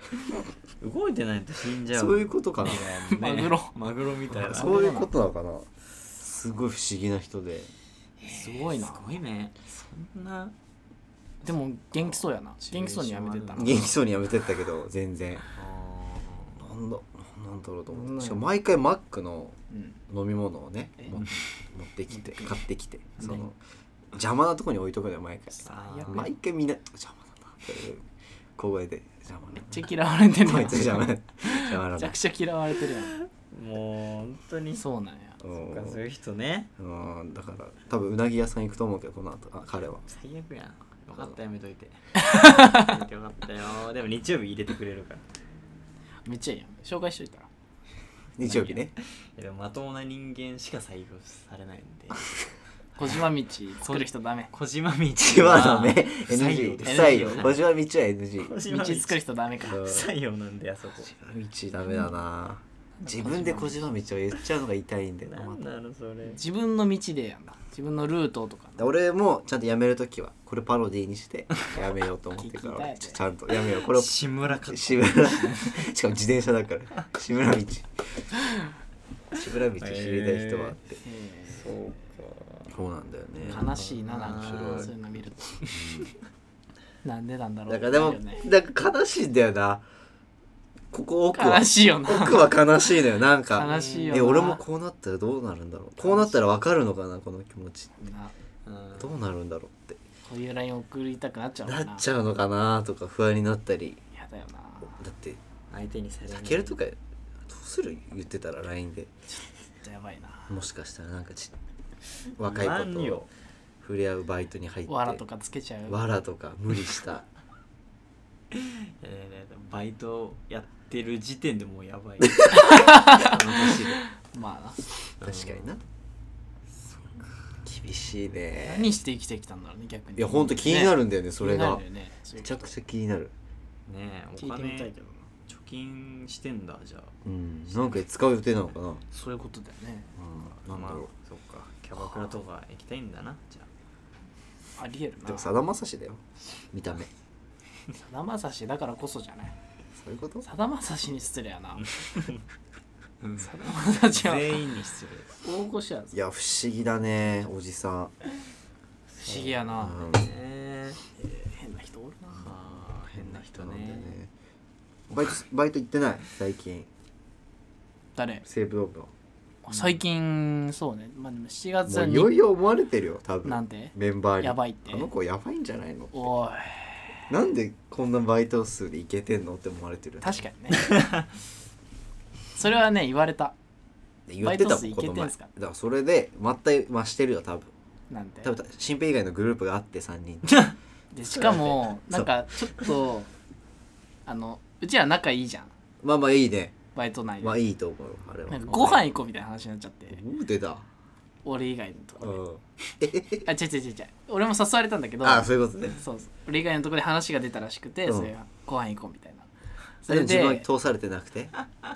S1: 動いてないと死んじ
S2: な
S1: ゃう
S2: そういうことかな
S1: ね
S3: マグロ
S1: マグロみたいなす
S2: そういうことなのかなすごい不思議な人です
S3: ごいな
S1: ごいねそんな
S3: でも元気そうやな元気そうにやめてたな
S1: う
S2: 元
S1: ん
S2: 気そうにやめてったけど全然なんだなんだろうと思ってしかも毎回マックの
S3: うん
S2: 飲み物をね
S3: え
S2: も持ってきて買ってきて
S3: ん
S2: その邪魔なとこに置いとくのよ毎回
S3: 最悪
S2: 毎回みんな邪魔だなって小声で邪魔だ
S3: めっちゃ嫌われてる
S2: な
S3: や
S2: こ
S3: ん
S2: いつ邪魔だ邪魔だ
S3: めちゃ
S2: な
S3: くちゃ嫌われてるやん
S1: もう本当にそ
S3: そうなんや
S1: っかそういう人ね
S2: うんだから多分うなぎ屋さん行くと思うけどこの後あ彼は
S1: 最悪やん分かったやめといてやめてよかったよでも日曜日入れてくれるから
S3: めっちゃいいやん紹介しといたら
S2: 日曜日ね
S1: いやでもまともな人間しか採用されないんで
S3: 小島道作る人ダメ
S1: 小島道
S2: 千葉だ ね
S1: 不 採用
S2: NG 不
S1: です
S2: 採用
S1: 不
S2: 小島道は NG
S1: 小島
S3: 道
S1: 道
S3: 作る人ダメか
S2: うん
S1: 不採用なんであそこ
S2: 小島道ダメだな自分で小島道を言っちゃうのが痛いんだよな
S1: な
S2: ま
S1: ん
S2: た
S1: なのそれ
S3: 自分の道でやんだ自分のルートとかな
S2: 俺もちゃんとやめるときはこれパロディにしてやめようと思ってるか
S3: 聞きたい
S2: ら
S3: ね
S2: ちょちゃんとやめようこれを
S1: 志村か
S2: 志村 しかも自転車だから志村道志村道知りたい人はあって、
S3: え
S1: そうか
S2: そうなんだよね
S3: ー悲しいななん
S1: 面
S3: か
S1: 白い
S3: そういうの見ると なんでなんだろう
S2: だからでも
S3: ってなるよね
S2: なんか悲しいんだよなここ奥は
S3: 悲しいよな
S2: 奥は悲しいのよなんか
S3: 悲しいよな
S2: え俺もこうなったらどうなるんだろうこうなったら分かるのかなこの気持ち
S3: な
S1: うん
S2: どうなるんだろうっ
S3: こういうライン送りたくなっちゃうもん
S2: て
S3: な
S2: なっちゃうのかなとか不安になったり
S3: やだよな
S2: だって
S1: 相手にされない
S2: タケルとかどうする言ってたら LINE で
S3: やばいな
S2: もしかしたらなんかち若い子
S1: 何よ
S2: と触れ合うバイトに入って
S3: わらとかつけちゃう
S2: わらとか無理した
S1: いやいやいやバイトやってる時点でもうやばい
S3: まあな
S2: 確かにな厳しいね
S3: 何して生きてきたんだろうね逆に
S2: いやほんと気になるんだよね
S3: ね
S2: それが
S3: 気になるよねそう
S2: め
S3: いう
S2: ちゃくちゃ気になる
S1: ねえお
S3: 聞いてみた
S1: 金
S3: いけどな
S1: 貯金してんだじゃあ
S2: うんなんか使う予定なのかなう
S3: そういうことだよね
S2: んなんだ
S1: まあ
S2: ろ
S1: そっかキャバクラとか行きたいんだなじゃ
S3: ありえる
S2: う
S3: な
S2: でもさだまさしだよ見た目
S3: さだまさしだからこそじゃない
S2: そういうこと
S3: さだまさしに失礼やな
S1: あ、
S3: さだまさしは
S1: 全員に失礼
S3: 大御所やぞ
S2: いや不思議だねおじさん
S3: 不思議や
S2: う
S3: な、
S2: ん
S1: ね
S3: 変な人おるな
S1: あー変な人
S2: なんだよ
S1: ね
S2: ねバイトバイト行ってない最近
S3: 誰
S2: 西武ドームの
S3: 最近そうねまあでも7月
S2: もうい
S3: に
S2: よいよ思われてるよ多分
S3: なんで
S2: メンバーに
S3: やばいって
S2: あの子やばいんじゃないの
S3: おい
S2: なんでこんなバイト数でいけてんのって思われてる
S3: 確か にねそれはね言われた
S2: 言ってた
S3: バ
S2: も
S3: イト数
S2: ん
S3: い
S2: こ
S3: け
S2: の
S3: て
S2: 前
S3: ん
S2: だ
S3: すか
S2: からそれでまた増してるよ多分
S3: なんて
S2: 多分新兵以外のグループがあって3人
S3: でしかもなんかちょっとあのうちら仲いいじゃん
S2: まあまあいいね
S3: バイト内で、
S2: まあいいと思うよあれ
S3: な
S2: は
S3: んかご飯行こうみたいな話になっちゃって
S2: うん出た
S3: 俺以外のと
S2: う
S3: こで
S2: ん
S3: あ違う違う違う違う俺も誘われたんだけど
S2: ああそういうことね
S3: そうそう俺以外のとこで話が出たらしくて、
S2: うん
S3: それがご飯行こうみたいなそ
S2: それ
S3: れ
S2: 自分は
S3: で
S2: 通されてなく て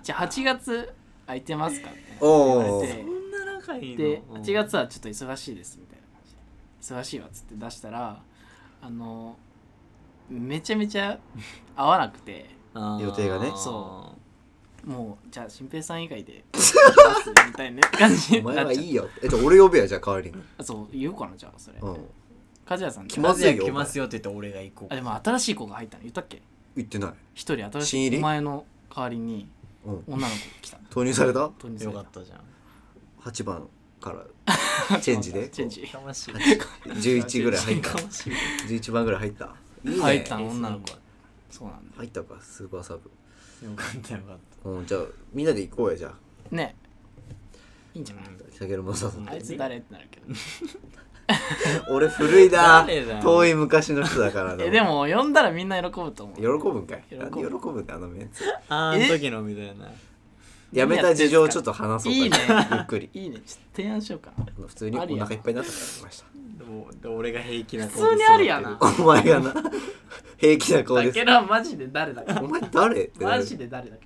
S3: じゃあ8月空いてますかって言
S2: お
S3: わ
S2: お
S3: れて
S1: こんな仲いいの
S3: で
S1: うん
S3: 8月はちょっと忙しいですみたいな感じで忙しいわっつって出したらあのめちゃめちゃ合わなくて
S1: あー
S2: 予定がね
S3: そもうじゃあ新平さん以 外で行きますみたいな感じ
S2: お
S3: になっ
S2: 前
S3: ちゃっ
S2: は
S3: て
S2: いいよえじゃあ俺呼べやじゃあ代わりに
S3: あそう言うかなじゃあそれ、
S2: うん
S3: 梶谷さんって
S2: 気ま
S1: カ
S2: ず
S1: ズヤ
S2: いよ
S1: 来ますよって言って俺が行こう
S3: あでも新しい子が入ったの言ったっけ
S2: 言ってない
S3: 一人新
S2: 新
S3: し
S2: 入
S3: い
S2: り
S3: お前の代わりに
S2: うん
S3: 女の子 来たの
S2: 投入された
S3: 当日
S1: よかったじゃん
S2: 8番 からチェンジで
S3: チェンジ
S1: かましい
S2: 11ぐらい入った
S1: かましい
S2: 11番ぐらい入ったいいね
S3: 入ったの女の子はそうなんだ
S2: 入ったかスーパーサブ
S1: よかったよかっ
S2: うんじゃあみんなで行こうやじゃあ
S3: ねいいんじゃない
S2: 北ゲルも誘っ
S3: あいつ誰ってなるけど
S2: て 俺古いな
S1: 誰だよ
S2: 遠い昔の人だからな
S3: えでも呼んだらみんな喜ぶと思
S2: 喜
S3: う
S2: ぶんかい
S3: 喜ぶ
S2: なんで喜ぶんだあのメンツ
S1: たあーあの時のみたいな
S2: やめた事情をちょっと話そうか
S3: いいね
S2: ゆっくり
S3: いいねちょっと提案しようかな
S2: あの普通にお腹いっぱいになったから来まし
S1: でもで俺が平気な
S3: 普通にあるやな
S2: たお前 がな平気な顔
S3: だ
S2: です
S3: けどマジで誰 だか
S2: お前誰ってな
S3: マ
S2: る
S3: ジで誰だか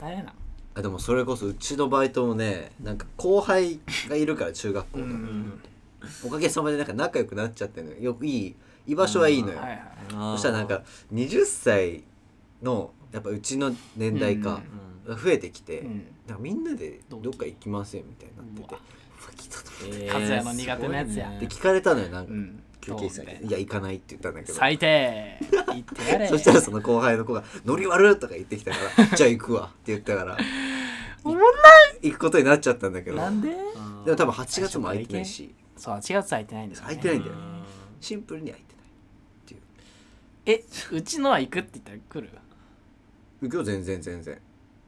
S3: 誰なの
S2: あでもそれこそうちのバイトもねなんか後輩がいるから中学校の、
S3: ん
S2: おかげさまでなんか仲良くなっちゃってるのよよくいい居場所はいいのよ、
S3: はいはい
S2: そしたらなんか20歳のやっぱうちの年代
S1: う
S2: か
S3: う、
S1: ん
S2: が増えてきて、
S3: うん
S2: なんかみんなでど
S3: 同
S2: っ
S3: 期
S2: か行きますよみたいになってて
S3: うわ
S2: うわ来たと思っ
S1: えー
S3: カズヤの苦手なやつや
S1: すごい
S2: て
S1: ね
S2: で聞かれたのよなんか、
S3: うん
S2: 休憩室
S3: どうみたい
S2: で「
S3: ない
S2: や行かない」って言ったんだけど
S3: 最低言ってやれ
S2: そしたらその後輩の子が「ノリ悪い!」とか言ってきたから「じゃあ行くわ」って言ったから
S3: おもんない
S2: 行くことになっちゃったんだけど
S3: なんで
S2: でも多分8月も空いてないし
S3: そう8月空いてないんですよ
S2: 空い
S3: ね
S2: てないんだ
S1: う
S2: よね
S1: ん
S2: シンプルに空いてない
S3: えうちのは行くって言ったら来る
S2: 今日全然全然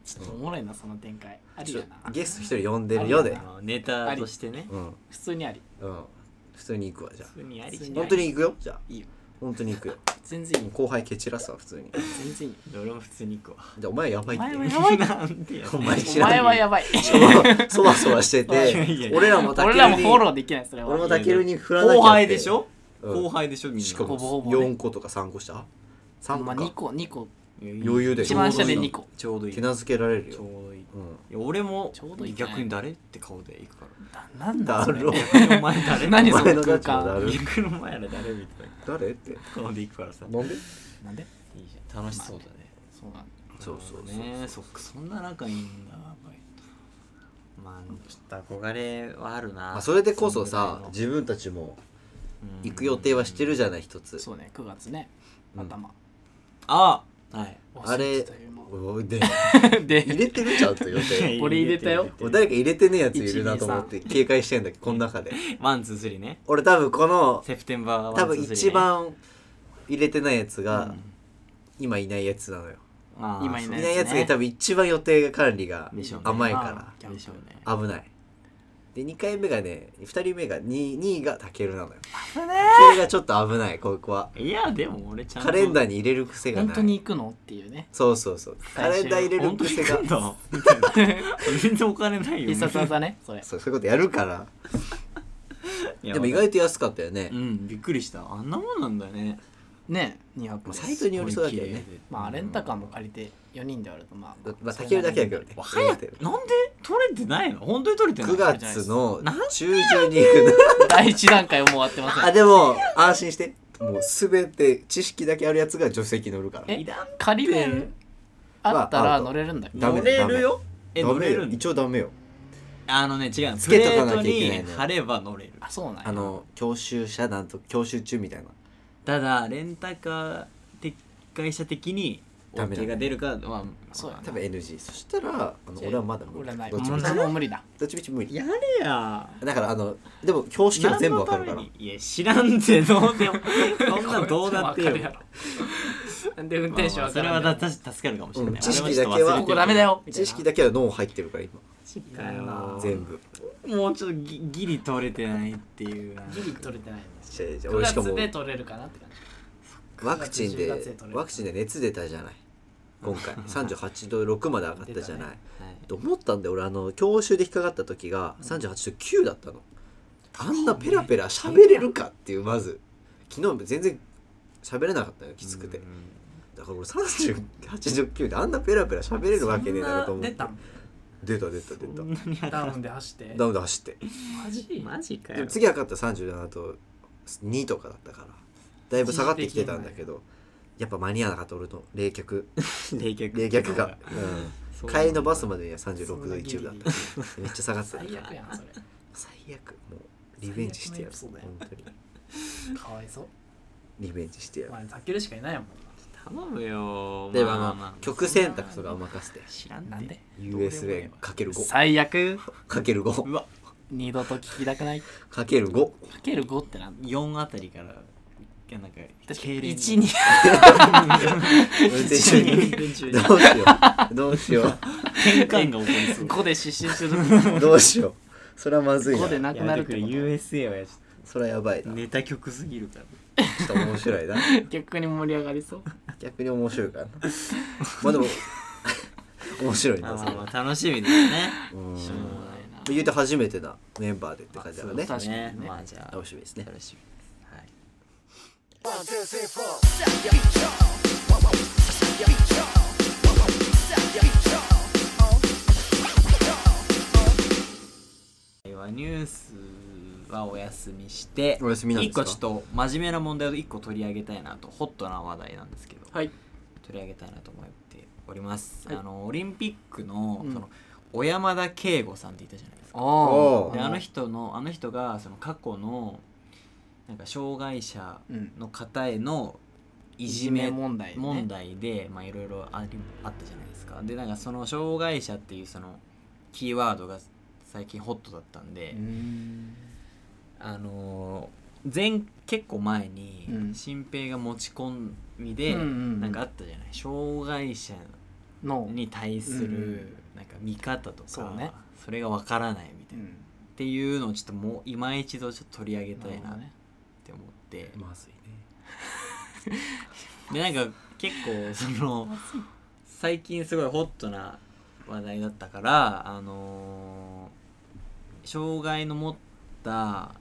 S3: ちょっとおもろいなその展開あり
S2: ちょ
S3: やな
S2: ゲスト一人呼んでるよで
S3: あ
S1: あネタとしてね
S2: うん
S3: 普通にあり
S2: うん普通に行くわじゃあ
S1: 普通にあり
S3: 普通
S2: 本当に行くよじゃあ
S3: いいよ
S2: 本当に行くよ
S3: 全然い
S2: も
S3: い
S2: う
S3: よ
S2: 後輩蹴散らすわ普通に
S3: 全然いいよ
S1: 俺も普通に行くわ
S2: じゃあお前やばい
S3: お
S2: って
S3: 前はやばいな
S1: なんでや
S2: お前
S3: お
S2: 知らん
S3: 前はやばい
S2: そわそわして
S1: いやい
S2: て
S1: や
S2: 俺らもたけ
S3: 俺
S2: る
S3: らも
S2: に
S3: フォローできないそれ
S2: 俺も
S3: は
S2: たけるに振らなきゃって
S1: 後輩でしょ
S2: うん
S1: 後輩でしょみんな
S2: しかも
S3: ほぼほぼね
S2: 4個とか3個した
S3: ほんま
S2: ?3
S3: 2
S2: 個か
S3: 個2個
S2: 余裕で
S3: 一番下で2個
S1: ちょうどいい
S2: 手なずけられる
S1: ちょ
S2: よ
S1: うどいいい
S2: うん
S1: や俺も
S3: ちょうどいいね
S1: 逆に誰って顔で行くから
S3: だなんだ
S2: だ
S3: それ
S2: ろう
S1: 逆 にお前誰
S3: 何そ
S2: お前
S3: の
S2: の
S3: 空
S2: 立場だ
S3: 間
S2: ろ
S1: 逆の前ら誰みたいな
S2: 誰って
S1: 顔で行くからさ
S2: なんで
S3: なんで
S1: いいじゃん楽しそうだね
S3: そうなんだ
S2: そうそうそう
S1: ねそっかそんな仲いいんだやっぱりまあちょっと憧れはあるな、
S2: まあそれでこそ
S1: ん
S2: さ
S1: なの
S2: 自分たちも
S1: うん
S2: 行く予定はしてるじゃない一つ
S3: そうね9月ね
S2: うん
S3: 頭
S1: あ はい
S2: あれおいで入
S3: で
S2: れてるちゃんと予 定
S3: 俺入れたよ
S2: 俺誰か入れてねえやついるなと思って警戒してんだけどこの中で
S1: ワンツースリーね
S2: 俺多分この
S1: セプテンバーワ
S2: 多
S1: ンツー
S2: 分
S1: スリー、ね、
S2: 一番入れてないやつ
S1: う
S2: が
S1: ん
S2: 今いないやつなのよ
S1: あー
S3: 今いない
S2: いないやつが多分一番予定管理が
S1: でしょうね
S2: 甘いか
S1: そうでしょうね
S2: ら危ないで2回目がね2人目が 2, 位がたけるなのよ
S3: 危
S2: た
S3: ね
S2: けるがちょっと危ないここはい
S1: やでも俺ちゃんと
S2: カレンダーに入れる癖がない
S3: 本当に行くのっていうね
S2: そうそうそうカレンダー入れる
S1: 本当に
S2: 癖
S1: 行
S2: が
S1: くん だみたいな全然お金ないよ
S3: 必殺技ねそれ
S2: そうそういうことやるから
S1: いや
S2: でも意外と安かったよね
S1: うんびっくりしたあんなもんなんだね
S3: ね2泊
S2: まあ
S3: です
S2: サイトによりそうだけどね
S3: まあレンタカーも借りて4人であるとまあ
S2: まあた けるだけやけどね
S1: 早くなんで取れてないの本当に取れてない
S2: 9月の
S1: なんで
S2: 中旬に行くの
S3: 第一段階はもう終わってませ
S2: あ
S3: ん
S2: でも安心してもう全て知識だけあるやつが助手席乗るから
S3: え仮面あった
S2: まあアウ
S3: ら
S2: ト
S3: 乗れるんだっけ
S2: ダメ
S1: 乗れるよえ
S2: ダ
S1: 乗
S2: メ
S1: れ
S2: よ
S1: るんだ
S2: 一応ダメよ
S1: あのね違うの
S2: つ
S1: プ
S2: けと
S1: レ
S2: か
S1: ー
S2: な
S1: ト
S2: きゃいけないのよ
S1: に貼れば乗れる
S3: あそうなんや
S2: あの教習遮断と教習中みたいな
S1: ただレンタカー的会社的に
S2: ダメだ
S1: OK が出るかまあ
S3: そうやな
S2: 多分 NG そしたらあの
S3: じゃあ
S2: 俺はまだ無
S3: 俺はない
S2: 理ど
S3: も
S2: っち
S3: う
S2: みち
S3: もう無 理だ
S2: どっちみち無理
S1: やれや
S2: だからあのでも教師は全部わかるから
S1: 何のためにいや知らんってどう でもそんなんどうだってよ
S3: わかるやろなんで運転手
S1: まあま
S3: は
S1: あそれはだた助かるかもしれない、
S2: うん知識だけは
S1: あれ
S3: こ
S1: ちょ
S3: こ
S1: っと忘れ
S3: ダメだよみたい
S2: 知
S3: な
S2: 識だけは脳入ってるから今
S1: てたよ
S2: 全部
S1: もうちょっとギギリ取れてないっていうな
S3: ギリ取れてないんです
S2: じゃあじゃあ
S3: 9
S2: 俺しか
S3: 月
S2: も
S3: で取れるかなって感じ
S2: ワクチン
S3: 9月10月で
S2: で
S3: 取れる
S2: ワクチンで熱出たじゃない今回38度6まで上がったじゃない、と思ったんで俺あの教習で引っかかった時が38度9だったの、あんなペラペラ喋れるかっていうまず昨日も全然喋れなかったよきつくて、だから俺38度9であんなペラペラ喋れるわけねえだろと思って
S3: 出たん
S2: 出た出た出た
S3: ダウンで走って
S2: ダウンで走って
S3: マジ
S1: マジか
S2: で
S1: よ
S2: も次測った37と2とかだったからだいぶ下がってきてたんだけどやっぱ間に合わなかった俺の冷却
S1: 冷却
S2: 冷却が、うん、帰りのバスまでには
S3: そ
S2: 36度
S3: んなギリギ
S2: 1
S3: リ
S2: だっためっちゃ下がってた
S3: 最悪やんそ
S2: 最悪もうリベンジしてやる
S3: 最悪のエピソードや
S2: 本当に
S3: れかわいそう
S2: リベンジしてや
S3: お
S2: る
S3: 前たけるしかいないもん
S1: 頼むよ
S2: 例えば
S1: ま
S2: あ
S1: あ
S2: の、
S1: まあまあ
S2: 曲選択とかお任せて
S1: 知らん
S3: な
S1: なんん
S3: で
S1: で
S2: USB かける5
S3: 最悪
S2: かける5
S1: うわ
S3: 二度と聞きたくないか
S2: かける5
S3: ける5ってなんだ
S1: 4あたりからなんか
S3: 確か
S1: 痙攣
S3: 1に
S2: 運転中に
S1: 運転中に
S2: どうしようどうしよ
S1: 転換 が起こりそう
S3: 5で失神す る
S2: うどうしようそれはまずいな
S3: 5でなくなるってこ
S1: いやだから USA はやちょっ
S2: それはやばい
S1: と
S2: なち
S1: ネタ曲すぎるから
S2: ょっと面白いな
S3: と逆に盛り上がりそう
S2: 逆に面白いからなま あでも面白い
S1: まあ
S2: なそ
S1: ま
S2: れ
S1: あ
S2: は
S1: まあ楽しみですね
S2: うん
S3: しょうもないな
S2: 言うて初めてなメンバーでって感じだからね
S1: そうです
S3: 確かにね
S1: まあじゃあ
S2: 楽しみですね
S1: 楽しみですはいはニュースはお休みして
S2: お休みなんですか
S1: 1個ちょっと真面目な問題を1個取り上げたいなとホットな話題なんですけど、
S3: はい
S1: 取り上げたいなと思っております、
S3: はい
S1: あのオリンピックの,、
S3: うん
S1: その小山田圭吾さんっていたじゃないですか
S2: おー
S1: であの人のあの人がその過去のなんか障害者
S3: うん
S1: の方へのい
S3: い
S1: じ
S3: じめ
S1: め
S3: 問題ね
S1: 問題でまあいろいろありあったじゃないですかでなんかその障害者っていうそのキーワードが最近ホットだったんで、
S3: うん
S1: あのー前結構前に
S3: うん
S1: 新平が持ち込みで
S3: うんうんうん
S1: なんかあったじゃない、障害者
S3: の、
S1: に対するなんか見方と
S3: そ
S1: か、
S3: うね
S1: それがわからないみた
S3: う
S1: いな、っ
S3: ん、
S1: ていうのをちょっともう今一度ちょっと取り上げたい
S3: なるほ
S1: な
S3: ど
S1: っ
S3: ね
S1: て思って、
S2: まずいね
S1: でなんか結構その最近すごいホットな話題だったからあのー障害の持った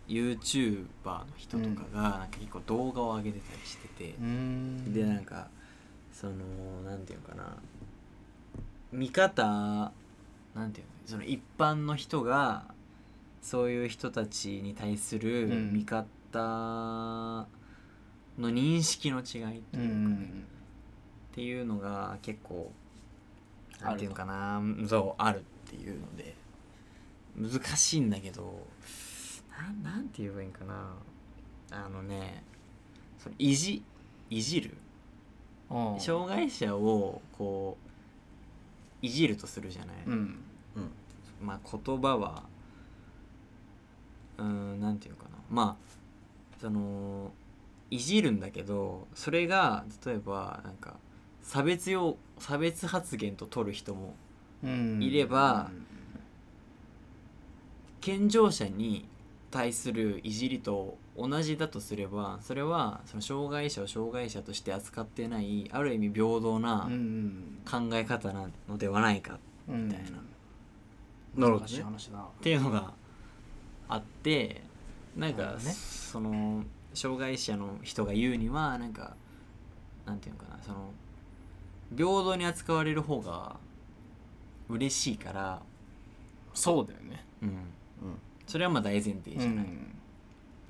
S1: YouTuber の人とかがなんか結構動画を上げてたりしてて、
S3: うん
S1: でなんかそのなんていうのかな見方なんていうのその一般の人がそういう人たちに対する
S3: うん
S1: 見方の認識の違いと
S3: う
S1: いうか
S3: ん
S1: ね、っていうのが結構
S3: あると
S1: なんていうのかなそうあるっていうので難しいんだけどなんなんて言えばいいんかなあのねそのいじいじる
S3: うん
S1: 障害者をこういじるとするじゃない、
S3: うん
S2: うん
S1: まあ言葉はうーんなんていうのかなまあそのいじるんだけどそれが例えばなんか差別用差別発言と取る人も
S3: うん
S1: いれば健常者に対するいじりと同じだとすればそれはその障害者を障害者として扱ってないある意味平等な
S3: うん
S1: 考え方なのではないかっ
S3: うん
S1: みたいな
S2: なるほどね
S3: 難しい話だ
S1: ていうのがあってなん
S3: なる
S1: か
S3: ほどね
S1: その障害者の人が言うにはなんかなんていうのかなその平等に扱われる方が嬉しいから、
S3: そうだよね
S1: うん、
S2: うん
S1: それはまあ大前提じゃない、
S3: うん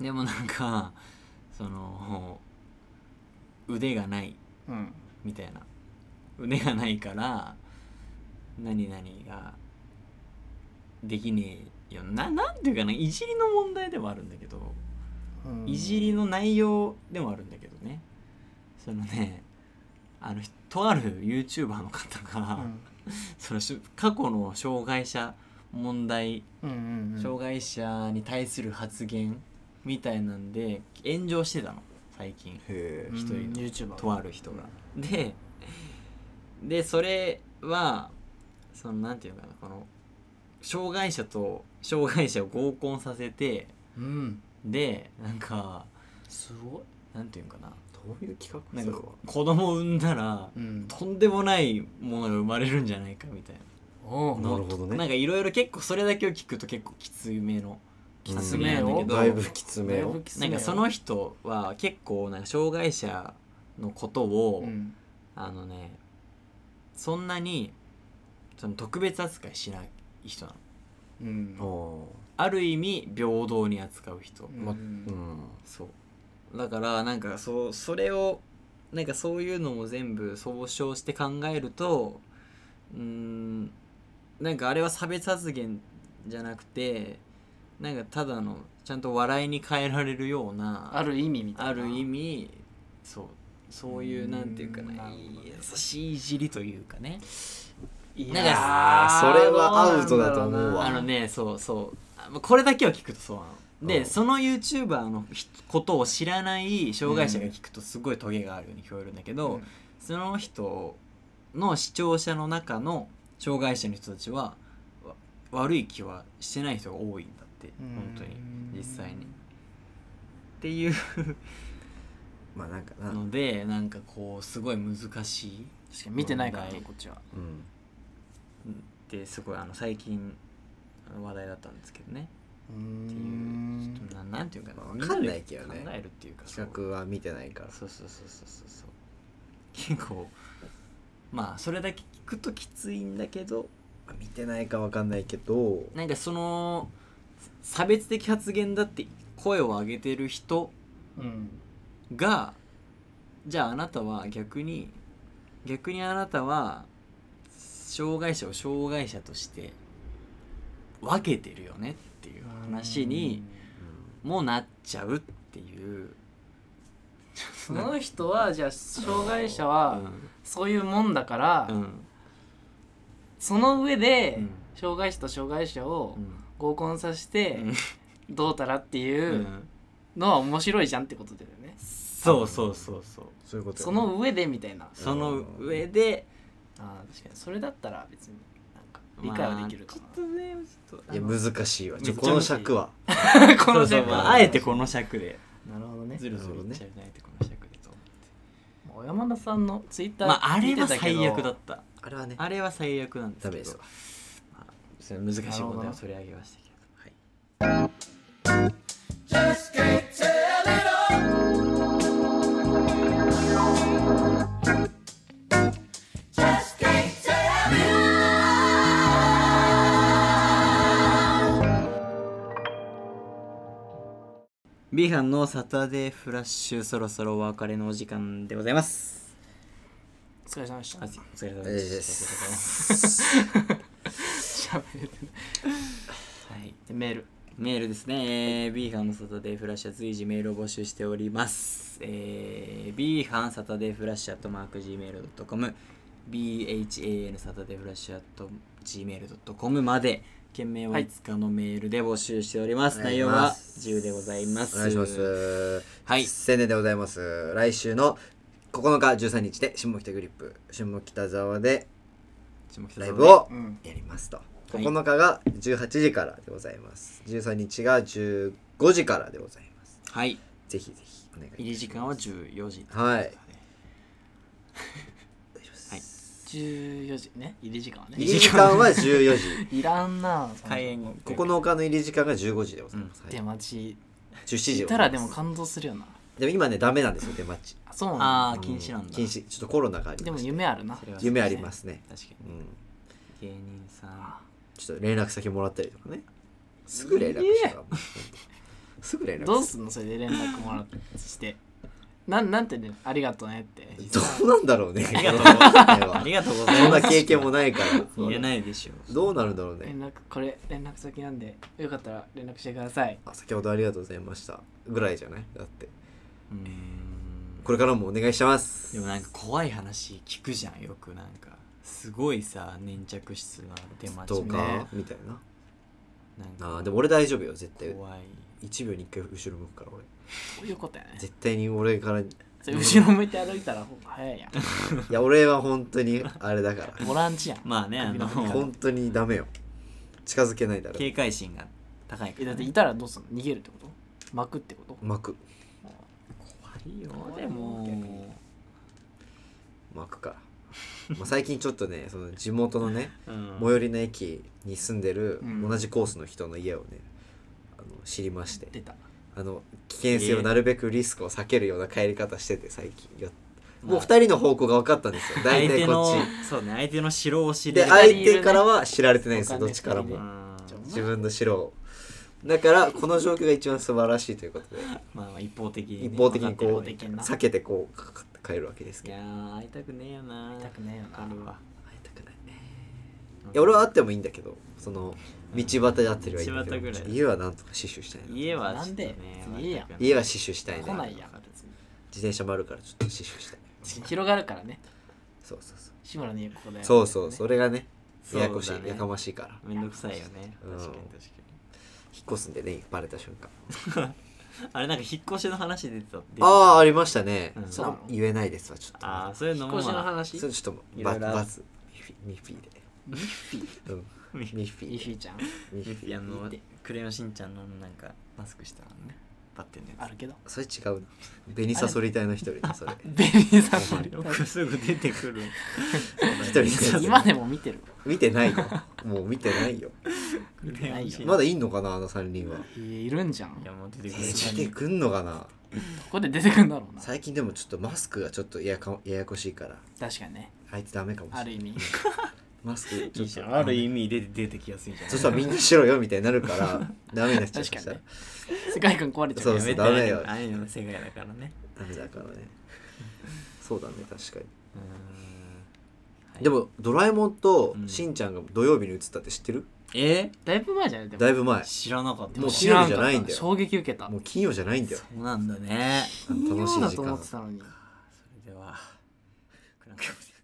S1: でもなんかその腕がない
S3: うん
S1: みたいな腕がないから何々ができねえよななんていうかないじりの問題でもあるんだけど、
S3: うん
S1: いじりの内容でもあるんだけどねそのねあのとある YouTuber の方が、そのし過去の障害者問題、
S3: うんうんうん
S1: 障害者に対する発言みたいなんで炎上してたの最近
S2: へ
S1: 一人の
S3: YouTuber
S1: とある人が。ででそれはそのなんていうのかなこの障害者と障害者を合コンさせて
S3: うん
S1: でなんか
S3: すごい
S1: なんていうのかな
S2: どういう企
S1: な
S2: 画
S1: ん
S2: そ
S1: か
S2: れは
S1: 子供産んだら
S3: うん
S1: とんでもないものが生まれるんじゃないかみたい
S3: お
S2: な
S1: な
S2: るほど
S1: な,、なん
S2: ね
S1: かいろいろ結構それだけを聞くと結構きつめの
S2: き
S1: つめよ
S2: だいぶきつめよ
S1: なんかその人は結構なんか障害者のことを、
S3: うん
S1: あのねそんなにその特別扱いしない人なの
S3: うん
S2: お
S1: ある意味平等に扱う人、
S3: うん
S2: まうん
S1: そうだからなんかそうそれをなんかそういうのも全部総称して考えるとうーんなんかあれは差別発言じゃなくてなんかただのちゃんと笑いに変えられるような
S3: ある意味みたいな
S1: ある意味そうそういうなんていうか
S3: うんな
S1: な
S3: るほどね
S1: 優しいいじりというかね
S3: い
S1: なん
S3: やー
S2: かそれはアウトだと思うわ
S1: あのねそうそうあまあこれだけを聞くとそうなの
S2: う
S1: で
S2: ん
S1: その YouTuber のひことを知らない障害者が聞くとすごいトゲがあるように聞こえるんだけど、
S3: うん
S1: その人の視聴者の中の障害者の人たちはわ悪い気はしてない人が多いんだって
S3: うん
S1: 本当に実際にっていう
S2: まあなんかな
S1: のでなんかこうすごい難しい
S3: 確かに見てないから
S1: 問
S3: ね
S1: 題
S3: こっちは
S2: うん
S1: ってすごいあの最近話題だったんですけどねっていうちょっとななんていうかな
S2: まあ
S1: みん
S2: わかん
S1: で
S2: ないけどね
S1: 考えるっていうかそう
S2: 企画は見てないから
S1: そうそうそうそうそうそう結構まあそれだけ聞くときついんだけど
S2: まあ見てないかわかんないけど
S1: なんかその差別的発言だって声を上げてる人
S3: うん
S1: がじゃああなたは逆に逆にあなたは障害者を障害者として分けてるよねっていう話にもなっちゃうっていう
S3: その人はじゃあ障害者
S1: う
S3: は
S1: ん
S3: そういうもんだから、
S1: うん
S3: その上で、
S1: うん
S3: 障害者と障害者を
S1: うん
S3: 合コンさせて、どうたらっていううんのは面白いじゃんってことだよね、
S1: そうそうそうそう
S2: そういうこと
S3: その上でみたいな
S1: その上で
S3: あー確かにそれだったら別になんか理解はできるか
S1: まあちょっとねちょっと
S2: いや難しいわち
S1: め
S2: ょ
S1: っちゃ
S2: この尺は
S3: な、この
S1: そう
S3: 尺
S1: そうまああえてこの尺で
S3: なるほどね
S1: ずるずるいっちゃうねあえてこの尺でと
S3: もう山田さんのツイッタ
S1: まああ
S3: ー
S1: れ
S3: 見て
S1: は
S3: たけど、
S1: 最悪だった
S2: あれはね
S1: あれは最悪なんですけ
S2: ダ
S1: ど
S2: メですわ
S1: まあそれは難しい問題を取り上げましたけどはいビーハンのサタデーフラッシュそろそろお別れのお時間でございます。
S3: お疲れ様でした
S1: お疲れ様
S2: えー
S1: で
S2: で
S1: した。
S2: す
S3: 喋 れてないはいでメール
S1: メールですね、えー、ビーハンのサタデーフラッシャー随時メールを募集しております、えー、ビーハンサタデーフラッシャーとマーク Gmail.com BHAN サタデーフラッシャーと Gmail.com まで件名はいつかのメールで募集しております、
S2: はい
S1: 内容は自由でございます
S2: お願いします
S1: はい
S2: 宣伝でございます来週の9日13日で下北グリップ下北沢でライブを
S3: うん
S2: やりますと
S1: い
S2: 9日が18時からでございます13日が15時からでございます
S1: はい
S2: ぜひぜひお願いいたします
S1: 入り時間は14時
S2: はい
S3: 14時ね入り時間はね
S2: 入り時間は14時
S3: いらんなぁ
S1: 開演後
S2: 9日の入り時間が15時でございます、はい
S3: 出待ち
S2: 17時で
S3: い
S2: ござ
S3: た
S2: いま
S3: ら
S2: す
S3: でも感動するよな
S2: でも今ねダメなんですよ出待ち
S3: あそうなんだ
S1: ああ禁止なんだ
S2: 禁止ちょっとコロナがあり
S3: で
S2: ま
S3: も
S2: して
S3: 夢あるな
S1: それは
S2: 夢ありますね
S1: 確か
S2: う
S1: に
S2: ん
S1: 芸人さん
S2: ちょっと連絡先もらったりとかねすぐ連絡したらもうすぐ連絡
S3: どう
S2: す
S3: すんのそれで連絡もらってしてなんなんてねありがとうねって
S2: るどうなんだろうね
S1: ありがとうありがとうござ
S2: そ
S1: い
S2: ん
S1: ま
S2: な
S1: す
S2: 経験もないから
S1: 言えないでしょう
S2: どうなるんだろうね
S3: 連絡これ連絡先なんでよかったら連絡してください
S2: あ先ほどありがとうございましたぐらいじゃないだって
S1: うーん
S2: これからもお願いします
S1: でもなんか怖い話聞くじゃんよくなんかすごいさ粘着質のある出待
S2: ど
S1: ち
S2: う
S1: み
S2: か、
S1: たいな
S2: みたいな
S1: なん
S2: あ
S1: か
S2: ーでも俺大丈夫よ絶対
S1: 怖い
S2: 1秒に1回後ろ向くから俺
S3: こういうことやね
S2: 絶対に俺からい
S3: それ後ろ向いて歩いたらほんと早いやん
S2: や俺は本当にあれだか
S3: ボランチやん
S1: まあねあの
S2: ら本当にダメよ近づけないだろ
S1: 警戒心が高いか
S3: えだ
S1: ら
S3: って
S1: ね
S3: いたらどうすんの逃げるってこと巻くってこと
S2: 巻く
S1: 怖いよ
S3: 怖い
S1: でも
S3: 逆に
S2: 巻くからまあ最近ちょっとねその地元のね
S1: うん
S2: 最寄りの駅に住んでる
S3: うん
S2: 同じコースの人の家をねあの知りまして
S3: 出た
S2: あの危険性をなるべくリスクを避けるような帰り方してて最近やっ
S1: まあ
S2: もう2人の方向が分かったんですよ 大
S1: 相手
S2: 体
S1: の
S2: こ
S1: そうね相手の城を知れ
S2: っちで
S1: る
S2: 相手からは知られてないんですよ
S3: 他
S2: ど
S3: の
S2: っちから
S3: 二人
S2: も
S3: ね
S1: うん
S3: ちょ
S2: 自分の城をだからこの状況が一番素晴らしいということで
S1: まあまあ一方的にね
S2: 一方的にこ
S3: 分
S2: う
S3: かってる一方的にな
S2: 避けてこうかかって帰るわけです
S1: い
S2: けど
S1: やー会いたくねえよな
S3: 痛くねえよ
S1: あ
S3: な
S1: るわ
S2: 会いたくないねいや俺は会ってもいいんだけどその道端で会ってるはいいんだけ
S1: 道端
S2: ど
S1: ぐらい
S2: ちょっと家はなんとか死守したいな
S1: 家は
S3: なんで
S1: ちょっとね
S3: 家や
S1: 会い
S3: ん
S1: たくない
S2: 家は死守したいね
S3: 来ないやん別
S2: 自転車もあるからちょっと死守したい
S3: に広がるからね
S2: そうそうそう
S3: 志村の家ここだよ
S2: そうそうそれがね
S1: そう
S2: や
S1: だ
S2: や
S1: ね
S2: こしい、やかましいから
S1: めんどくさいよね
S2: うん
S1: 確かに確か
S2: 引っ越すんでねバレた瞬間
S1: にあれなんか引っ越しの話出てた
S2: ああありましたね、
S1: うん
S2: そう言えないですわちょっと
S1: ああそういうの
S3: 引っ
S1: も、
S3: 越しの
S1: まあ、
S3: 話
S2: それちょっと
S1: い
S2: バ
S1: ろい
S2: ツ
S1: ろあ
S2: バツミッフィミッフィで
S3: ミッフィー
S2: うんミ
S1: ミ
S2: ッフィ
S3: ミッフィ
S2: で
S3: ーちゃん
S2: ミッフィ
S1: あの
S3: 見て
S1: クレヨンしんちゃんのなんかマスクしたねバッテンの
S3: あ
S1: や
S3: るけど
S2: それ違うな紅サソリ隊の一人ねそれ
S3: ベリーさんもあ
S1: つ
S3: る
S1: よくすぐ出てく る
S2: 一人です
S3: 今でも見てる
S2: 見てないよもう見てないよ
S1: クレヨンしんちゃん
S2: まだいんのかなあの3人はい
S3: やいるんじゃん
S1: いや
S3: こ
S1: もう出てくる
S2: 出てくんのかな
S3: こで出てくるんだろうな
S2: 最近でもちょっとマスクがちょっとややかややこしいから
S3: 確かにね
S2: あいつダメかもしれな
S3: ある
S2: い
S3: 意味
S2: マスクち
S1: い
S2: ょ
S1: い
S2: っ
S1: じゃ
S2: と
S1: んある意味で出てきやすいじゃん
S2: そしたらみんなしろよみたいになるからダメになっちゃう
S3: 確
S2: そ
S3: かに
S2: したら
S3: ね世界観壊れちゃ
S2: そうう
S1: や
S2: そう
S1: めて
S2: ダメよ
S1: ああいうの世界だからね
S2: ダメだからねそうだね確かに、
S1: うーんはい
S2: でもドラえもんと
S1: うん
S2: しんちゃんが土曜日に映ったって知ってる、
S1: え
S3: だいぶ前じゃないでも
S2: だいぶ前
S1: 知らなかった
S2: もう
S3: 知
S2: 知
S3: ら
S2: ら
S3: ん
S2: ん
S3: か
S2: か
S3: っ
S2: ったた
S3: 衝撃受けた
S2: もう金曜じゃないんだよ
S1: そうなんだね
S2: あの
S3: 金
S2: 楽し
S3: 曜
S2: い
S3: だ
S2: 時
S3: と思
S2: 間
S3: ってたのに
S1: それではクランクアップです